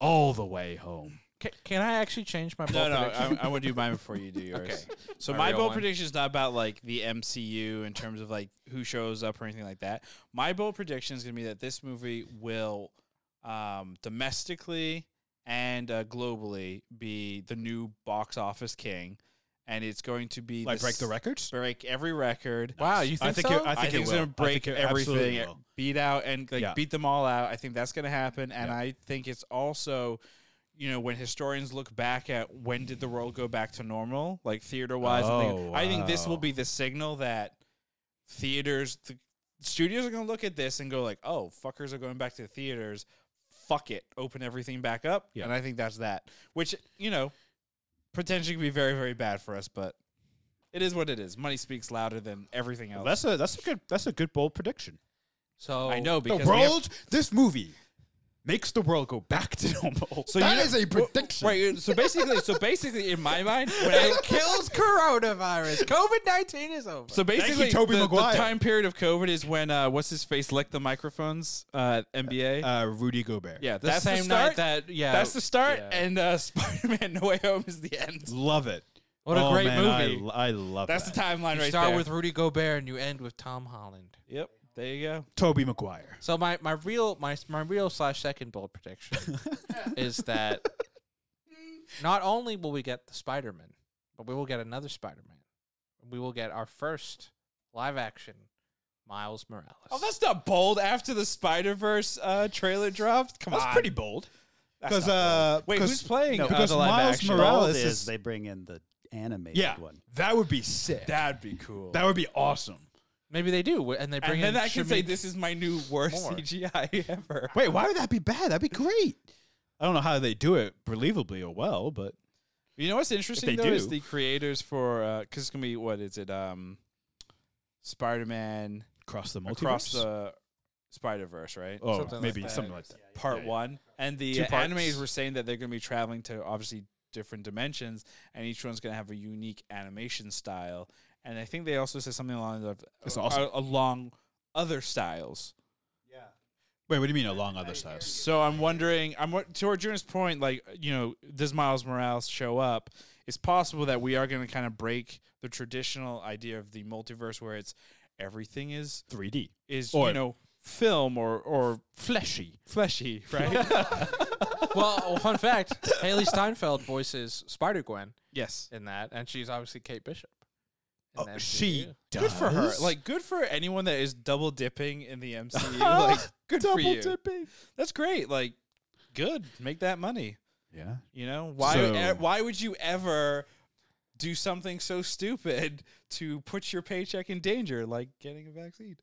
Speaker 3: All the Way Home.
Speaker 2: Can, can I actually change my bold
Speaker 1: No, no,
Speaker 2: prediction?
Speaker 1: I, I want to do mine before
Speaker 3: [laughs]
Speaker 1: you do yours.
Speaker 2: Okay.
Speaker 1: So
Speaker 2: My
Speaker 1: my
Speaker 2: real
Speaker 1: bold
Speaker 2: one.
Speaker 1: prediction is not about like the MCU in terms of like who shows up or anything like that. My bold prediction is going to be that this movie will um, domestically and uh, globally be the new box office king, and it's going to be
Speaker 3: Like
Speaker 1: this-
Speaker 3: break the records.
Speaker 1: break every record.
Speaker 2: wow, you think,
Speaker 3: I think
Speaker 2: so?
Speaker 3: it- I
Speaker 1: I think,
Speaker 3: it
Speaker 1: it's
Speaker 3: will.
Speaker 1: going to
Speaker 3: I
Speaker 1: break
Speaker 3: think it absolutely
Speaker 1: everything,
Speaker 3: will.
Speaker 1: beat out and like
Speaker 3: Yeah.
Speaker 1: beat them all out. I think that's going to happen, and
Speaker 3: Yeah.
Speaker 1: I think it's also, you know, when historians look back at when did the world go back to normal, like theater wise,
Speaker 3: Oh,
Speaker 1: I think this will
Speaker 3: wow.
Speaker 1: be the signal that theaters, the studios are going to look at this and go like, oh, fuckers are going back to the theaters. Fuck it, open everything back up,
Speaker 3: Yeah.
Speaker 1: and I think that's that. Which you know, potentially could be very, very bad for us, but. It is what it is. Money speaks louder than everything else.
Speaker 3: That's a that's a good that's a good bold prediction.
Speaker 2: so
Speaker 1: I know because
Speaker 3: the world, this movie makes the world go back to [laughs] normal.
Speaker 1: So
Speaker 3: That
Speaker 1: you-
Speaker 3: is a prediction.
Speaker 1: Right. So basically, so basically, in my mind, when I, [laughs]
Speaker 2: it kills coronavirus. COVID nineteen is over.
Speaker 1: so
Speaker 3: you,
Speaker 1: basically,
Speaker 3: Tobey
Speaker 1: the, the
Speaker 3: Maguire.
Speaker 1: time period of COVID is when uh, what's his face licked the microphones uh, at NBA.
Speaker 3: Uh, Rudy Gobert.
Speaker 1: yeah,
Speaker 2: the
Speaker 1: that's
Speaker 2: same
Speaker 1: the start.
Speaker 2: night that yeah,
Speaker 1: that's the start,
Speaker 2: yeah.
Speaker 1: and uh, [laughs] Spider-Man: No Way Home is the end.
Speaker 3: Love it.
Speaker 2: What a
Speaker 3: Oh,
Speaker 2: great
Speaker 3: man,
Speaker 2: movie.
Speaker 3: I, I love
Speaker 1: That's
Speaker 3: that.
Speaker 1: the timeline
Speaker 2: You
Speaker 1: right
Speaker 2: start
Speaker 1: there.
Speaker 2: with Rudy Gobert and you end with Tom Holland.
Speaker 1: yep. There you go.
Speaker 3: Toby Maguire.
Speaker 2: So my, my real my my real slash second bold prediction
Speaker 1: [laughs]
Speaker 2: is that not only will we get the Spider Man, but we will get another Spider Man. We will get our first live action Miles Morales.
Speaker 1: Oh, that's not bold. After the Spider Verse uh, trailer dropped, come
Speaker 3: That's
Speaker 1: on,
Speaker 3: pretty bold.
Speaker 1: That's
Speaker 3: Because
Speaker 1: not
Speaker 3: uh,
Speaker 1: bold. wait,
Speaker 3: 'cause-
Speaker 1: who's playing?
Speaker 4: No,
Speaker 1: uh,
Speaker 3: because
Speaker 1: the live
Speaker 3: Miles
Speaker 1: action?
Speaker 4: Bold
Speaker 3: Morales
Speaker 4: is,
Speaker 3: is-
Speaker 4: they bring in the animated
Speaker 3: yeah,
Speaker 4: one.
Speaker 3: that would be sick.
Speaker 1: That'd
Speaker 3: That,
Speaker 1: be cool.
Speaker 3: would be awesome.
Speaker 2: Maybe they do, and they bring
Speaker 1: and then
Speaker 2: in
Speaker 1: I can say
Speaker 2: Shamik-
Speaker 1: this is my new worst [laughs]
Speaker 2: Moore.
Speaker 1: CGI ever.
Speaker 3: Wait, why would that be bad? That'd be great. I don't know how they do it believably or well, but
Speaker 1: You know what's interesting
Speaker 3: they
Speaker 1: though is
Speaker 3: do.
Speaker 1: the creators for because it's gonna be what is it? Um, Spider Man
Speaker 3: across the multiverse.
Speaker 1: across the Spider Verse, right?
Speaker 3: oh,
Speaker 2: something like
Speaker 3: maybe
Speaker 2: that.
Speaker 3: something like that.
Speaker 1: Part
Speaker 3: yeah, yeah.
Speaker 1: one, and the
Speaker 3: Two
Speaker 1: uh,
Speaker 3: parts.
Speaker 1: animes were saying that they're gonna be traveling to obviously different dimensions, and each one's gonna have a unique animation style. And I think they also said something along the
Speaker 3: That's awesome.
Speaker 1: a- along other styles.
Speaker 3: Wait, what do you mean along other styles?
Speaker 1: So I'm wondering, I'm wa- to Arjuna's point, like you know, does Miles Morales show up? It's possible that we are going to kind of break the traditional idea of the multiverse, where it's everything is
Speaker 3: 3D,
Speaker 1: is
Speaker 3: Or-
Speaker 1: you know film or or
Speaker 3: fleshy.
Speaker 1: fleshy,
Speaker 2: [laughs]
Speaker 1: right?
Speaker 2: [laughs] well, well,
Speaker 1: [laughs]
Speaker 2: fun fact: Haley Steinfeld voices Spider Gwen
Speaker 1: yes,
Speaker 2: in that, and she's obviously Kate Bishop. in
Speaker 3: Oh,
Speaker 2: the
Speaker 3: she
Speaker 2: MCU.
Speaker 3: does.
Speaker 1: good for her. Like good for anyone that is double dipping in the [laughs] MCU. like good for you.
Speaker 3: dipping.
Speaker 1: That's great. Like good, make that money.
Speaker 3: Yeah.
Speaker 1: You know why?
Speaker 3: So-
Speaker 1: eh, why would you ever do something so stupid to put your paycheck in danger, like getting a vaccine?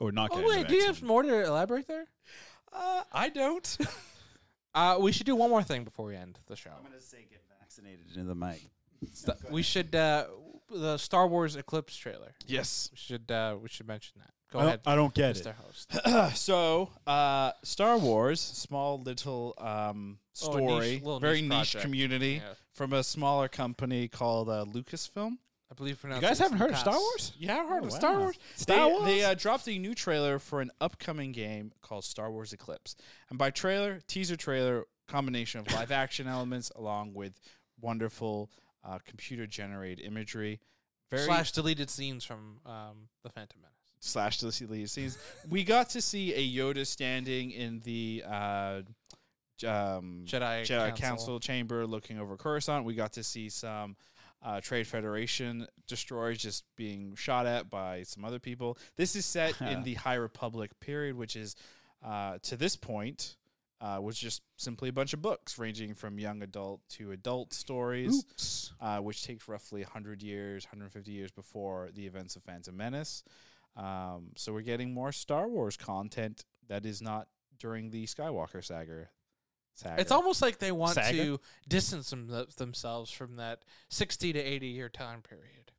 Speaker 3: Or not
Speaker 2: Oh
Speaker 3: getting the
Speaker 2: wait, do you have
Speaker 3: vaccine.
Speaker 2: more to elaborate there?
Speaker 1: Uh, I don't. [laughs]
Speaker 2: Uh, we should do one more thing before we end the show.
Speaker 4: I'm gonna say get vaccinated into the mic.
Speaker 2: Th- we should uh, the Star Wars Eclipse trailer.
Speaker 1: yes.
Speaker 2: We should uh, we should mention that. Go
Speaker 3: I
Speaker 2: ahead,
Speaker 3: don't, I don't get
Speaker 2: Mr.
Speaker 3: it.
Speaker 2: Host.
Speaker 1: So, uh, Star Wars, small little um,
Speaker 2: Oh, a niche-
Speaker 1: story,
Speaker 2: little
Speaker 1: very
Speaker 2: niche
Speaker 1: niche,
Speaker 2: project.
Speaker 1: community
Speaker 2: Yeah.
Speaker 1: from a smaller company called uh, Lucasfilm.
Speaker 2: I believe
Speaker 3: You
Speaker 2: pronounced
Speaker 3: guys
Speaker 2: it
Speaker 3: haven't heard of Star
Speaker 2: Lucas.
Speaker 3: Wars?
Speaker 1: Yeah, I heard
Speaker 3: Oh,
Speaker 1: of Star
Speaker 3: wow.
Speaker 1: Wars.
Speaker 3: Star
Speaker 1: they,
Speaker 3: Wars?
Speaker 1: They uh, dropped a new trailer for an upcoming game called Star Wars Eclipse, and by trailer, teaser trailer, combination of live action elements along with wonderful uh, computer generated imagery. Very
Speaker 2: slash deleted scenes from um, the Phantom Menace.
Speaker 1: slash the deleted scenes. we got to see a Yoda standing in the uh, um,
Speaker 2: Jedi,
Speaker 1: Jedi Council. chamber looking over Coruscant. We got to see some uh, Trade Federation destroyers just being shot at by some other people. This is set in
Speaker 2: [laughs]
Speaker 1: the High Republic period, which is uh, to this point uh, was just simply a bunch of books ranging from young adult to adult stories, uh, which takes roughly 100 years, 150 years before the events of Phantom Menace. Um, so we're getting more Star Wars content that is not during the Skywalker saga. saga.
Speaker 2: It's almost like they want
Speaker 1: Saga?
Speaker 2: to distance them, themselves from that 60 to 80 year time period.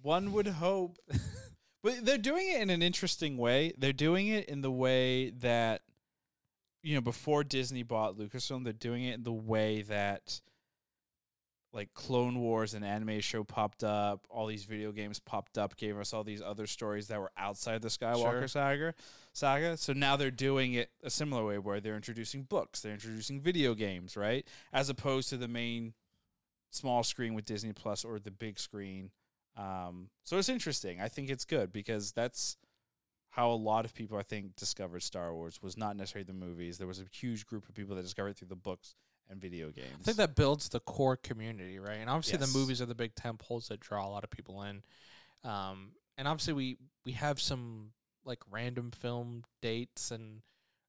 Speaker 1: One would hope. [laughs] but they're doing it in an interesting way. They're doing it in the way that, you know, before Disney bought Lucasfilm, they're doing it in the way that, like, Clone Wars, an anime show, popped up. All these video games popped up, gave us all these other stories that were outside the Skywalker
Speaker 2: Sure.
Speaker 1: saga. Saga. So now they're doing it a similar way, where they're introducing books, they're introducing video games, right, as opposed to the main small screen with Disney Plus or the big screen um, so it's interesting. I think it's good because that's how a lot of people I think discovered Star Wars was not necessarily the movies. There was a huge group of people that discovered it through the books and video games.
Speaker 2: I think that builds the core community, right? And obviously,
Speaker 1: Yes.
Speaker 2: the movies are the big temp poles that draw a lot of people in. Um, and obviously, we we have some like random film dates and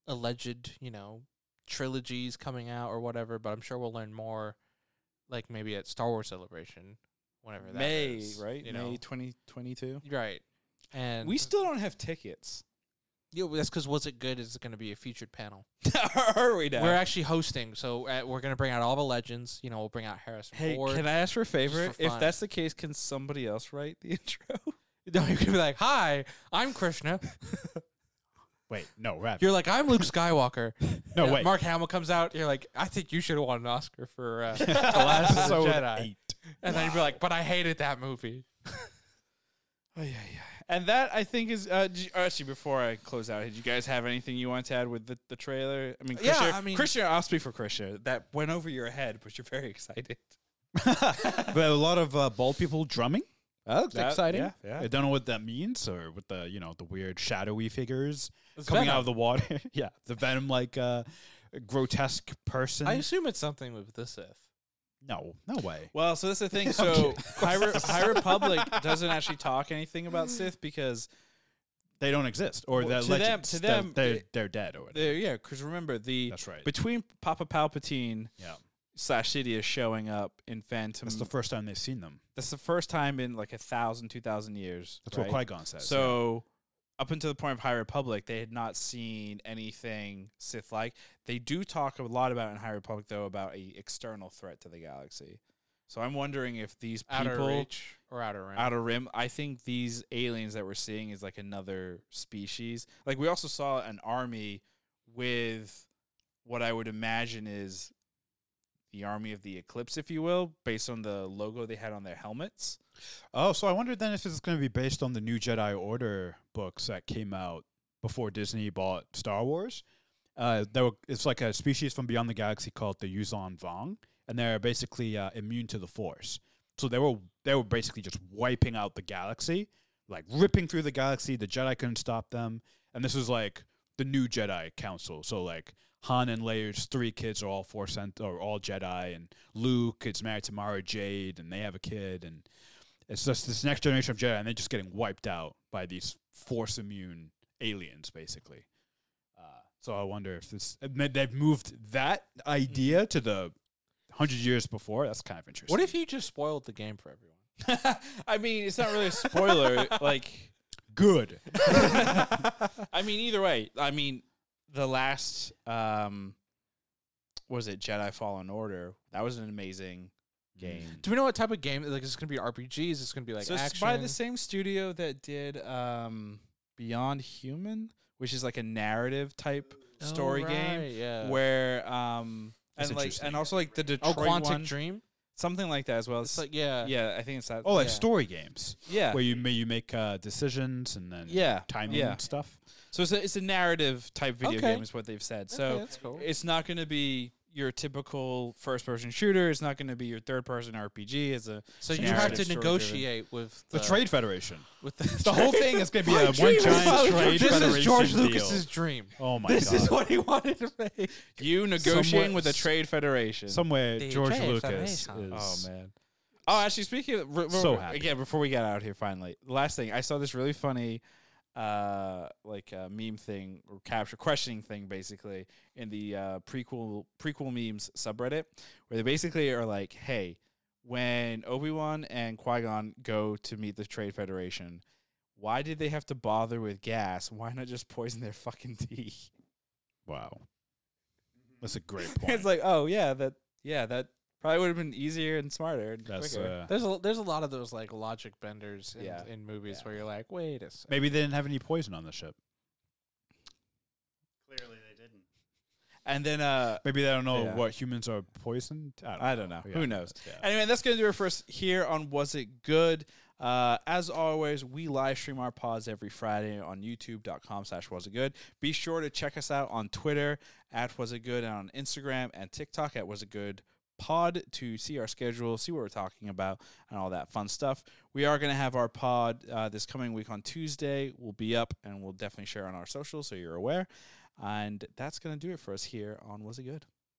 Speaker 2: alleged, you know, trilogies coming out or whatever. But I'm sure we'll learn more, like maybe at Star Wars Celebration, whenever that
Speaker 1: May,
Speaker 2: is,
Speaker 1: right?
Speaker 2: You
Speaker 1: May
Speaker 2: know,
Speaker 1: twenty twenty two.
Speaker 2: right? And
Speaker 1: We still don't have tickets.
Speaker 2: yeah, well, that's because was it good? Is it going to be a featured panel?
Speaker 1: [laughs] Are we now?
Speaker 2: We're actually hosting, so uh, we're going to bring out all the legends. You know, we'll bring out Harrison
Speaker 1: hey,
Speaker 2: Ford.
Speaker 1: can I ask for a favor?
Speaker 2: for
Speaker 1: If
Speaker 2: fun.
Speaker 1: that's the case, can somebody else write the [laughs] intro?
Speaker 2: [laughs] No, you could be like, "Hi, I'm Krishna."
Speaker 3: Wait, no, Ravi.
Speaker 2: You're like, "I'm Luke Skywalker."
Speaker 1: [laughs]
Speaker 3: no,
Speaker 2: And
Speaker 3: wait.
Speaker 2: Mark Hamill comes out. You're like, "I think you should have won an Oscar
Speaker 1: [laughs]
Speaker 2: for uh, The Last of the
Speaker 3: Episode
Speaker 2: Jedi."
Speaker 3: eight.
Speaker 2: And then you'd be like, "But I hated that movie."
Speaker 1: Oh yeah, yeah. And that I think is uh, d- actually before I close out. Did you guys have anything you want to add with the, the trailer? I mean,
Speaker 2: Yeah,
Speaker 1: Krishna,
Speaker 2: I mean-
Speaker 1: Krishna, I'll speak for Krishna. That went over your head, but you're very [laughs] excited.
Speaker 3: but a lot of uh, bald people drumming. That looks
Speaker 1: That-
Speaker 3: exciting.
Speaker 1: yeah, yeah.
Speaker 3: I don't know what that means or what the you know the weird shadowy figures coming out of the water. [laughs] yeah, the venom like uh, grotesque person.
Speaker 2: I assume it's something with the Sith.
Speaker 3: no, no way.
Speaker 1: Well, so that's the [laughs] thing. So High, Re- High Republic doesn't actually talk anything about Sith because
Speaker 3: They don't exist, or
Speaker 1: Well,
Speaker 3: they're
Speaker 1: to them-
Speaker 3: legends.
Speaker 1: to
Speaker 3: They're-
Speaker 1: them,
Speaker 3: they're,
Speaker 1: it-
Speaker 3: they're dead. Or whatever.
Speaker 1: they yeah, because remember the
Speaker 3: That's right.
Speaker 1: between Papa Palpatine
Speaker 3: yeah,
Speaker 1: slash Sidious showing up in Phantom.
Speaker 3: that's the first time they've seen them.
Speaker 1: that's the first time in like a thousand, two thousand years.
Speaker 3: That's
Speaker 1: right?
Speaker 3: what Qui Gon says.
Speaker 1: So up until the point of High Republic, they had not seen anything Sith like. They do talk a lot about in High Republic though about a external threat to the galaxy. So I'm wondering if these
Speaker 2: Outer
Speaker 1: people
Speaker 2: Reach or Outer Rim?
Speaker 1: Outer Rim, I think these aliens that we're seeing is like another species. Like we also saw an army with what I would imagine is the army of the eclipse, if you will, based on the logo they had on their helmets. [laughs]
Speaker 3: Oh, so I wonder then if it's going to be based on the new Jedi Order books that came out before Disney bought Star Wars. Uh, there were, it's like a species from beyond the galaxy called the Yuzan Vong, and they're basically uh, immune to the Force. So they were they were basically just wiping out the galaxy, like ripping through the galaxy. The Jedi couldn't stop them, and this is like the new Jedi Council. So like Han and Leia's three kids are all Force sent or all Jedi, and Luke is married to Mara Jade, and they have a kid, and it's just this next generation of Jedi, and they're just getting wiped out by these force immune aliens, basically. Uh, so I wonder if this and they- they've moved that idea to the hundred years before. That's kind of interesting.
Speaker 2: What if you just spoiled the game for everyone?
Speaker 1: I mean, it's not really a spoiler. like,
Speaker 3: good?
Speaker 2: [laughs]
Speaker 1: I mean, either way, I mean, the last um, was it Jedi Fallen Order? That was an amazing
Speaker 2: Mm.
Speaker 1: game.
Speaker 2: Do we know what type of game? Like, is it going to be RPGs? Is it going to be like
Speaker 1: so
Speaker 2: action?
Speaker 1: it's by the same studio that did um, Beyond Human, which is like a narrative type
Speaker 2: Oh,
Speaker 1: story game
Speaker 2: right, Yeah.
Speaker 1: where um
Speaker 3: That's
Speaker 1: and like
Speaker 3: interesting.
Speaker 1: and also like the
Speaker 2: oh,
Speaker 1: Detroit
Speaker 2: Quantic
Speaker 1: one,
Speaker 2: Dream.
Speaker 1: something like that as well.
Speaker 2: It's like yeah.
Speaker 1: yeah, I think it's that.
Speaker 3: Oh, like
Speaker 2: Yeah.
Speaker 3: story games
Speaker 1: yeah,
Speaker 3: where you may you make uh, decisions and then
Speaker 1: yeah,
Speaker 3: timing
Speaker 1: yeah.
Speaker 3: and stuff.
Speaker 1: So it's a, it's a narrative type video
Speaker 2: Okay.
Speaker 1: game is what they've said.
Speaker 2: Okay,
Speaker 1: So
Speaker 2: that's cool.
Speaker 1: it's not going to be your typical first person shooter. It's not going to be your third person RPG. It's a
Speaker 2: So you
Speaker 1: Narrative
Speaker 2: have to
Speaker 1: story-driven.
Speaker 2: negotiate with
Speaker 3: The
Speaker 2: the,
Speaker 3: Trade Federation.
Speaker 2: with Uh, the,
Speaker 3: [laughs] The whole thing
Speaker 2: [laughs]
Speaker 3: is going to be a one giant trade
Speaker 2: This
Speaker 3: federation
Speaker 2: is George
Speaker 3: deal.
Speaker 2: Lucas's dream.
Speaker 3: Oh my
Speaker 2: this
Speaker 3: god!
Speaker 2: is what he wanted to make.
Speaker 1: you negotiating with the
Speaker 3: s-
Speaker 1: trade federation.
Speaker 3: Somewhere
Speaker 2: The
Speaker 3: George
Speaker 2: Trade
Speaker 3: Lucas
Speaker 2: Federation.
Speaker 1: Oh
Speaker 3: is.
Speaker 1: man. Oh, actually, speaking of re-
Speaker 3: So
Speaker 1: re-
Speaker 3: happy.
Speaker 1: again, before we get out here, finally, last thing I saw this really funny, uh, like uh, meme thing or capture questioning thing, basically in the uh, prequel prequel memes subreddit, where they basically are like, "Hey, when Obi Wan and Qui Gon go to meet the Trade Federation, why did they have to bother with gas? Why not just poison their fucking tea?" [laughs]
Speaker 3: Wow,
Speaker 2: [laughs]
Speaker 3: that's a great
Speaker 1: it's
Speaker 3: point.
Speaker 1: like, oh yeah, that yeah that probably would have been easier and smarter. And
Speaker 3: That's
Speaker 1: quicker.
Speaker 3: uh,
Speaker 2: There's a there's a lot of those like logic benders in,
Speaker 1: Yeah.
Speaker 2: in movies
Speaker 1: Yeah.
Speaker 2: where you're like, wait a second.
Speaker 3: maybe they didn't have any poison on the ship.
Speaker 4: Clearly, they didn't.
Speaker 1: and then uh.
Speaker 3: Maybe they don't know
Speaker 1: Yeah.
Speaker 3: what humans are poisoned. I don't know.
Speaker 1: I don't know.
Speaker 3: Oh, Yeah,
Speaker 1: Who knows?
Speaker 3: yeah.
Speaker 1: Anyway, that's going to do it for us here on Was It Good? Uh, as always, we live stream our pods every Friday on youtube.com slash was it good. Be sure to check us out on Twitter at was it good and on Instagram and TikTok at was it good pod to see our schedule, see what we're talking about and all that fun stuff. We are going to have our pod uh, this coming week on Tuesday. We'll be up and we'll definitely share on our socials so you're aware. And that's going to do it for us here on Was It Good?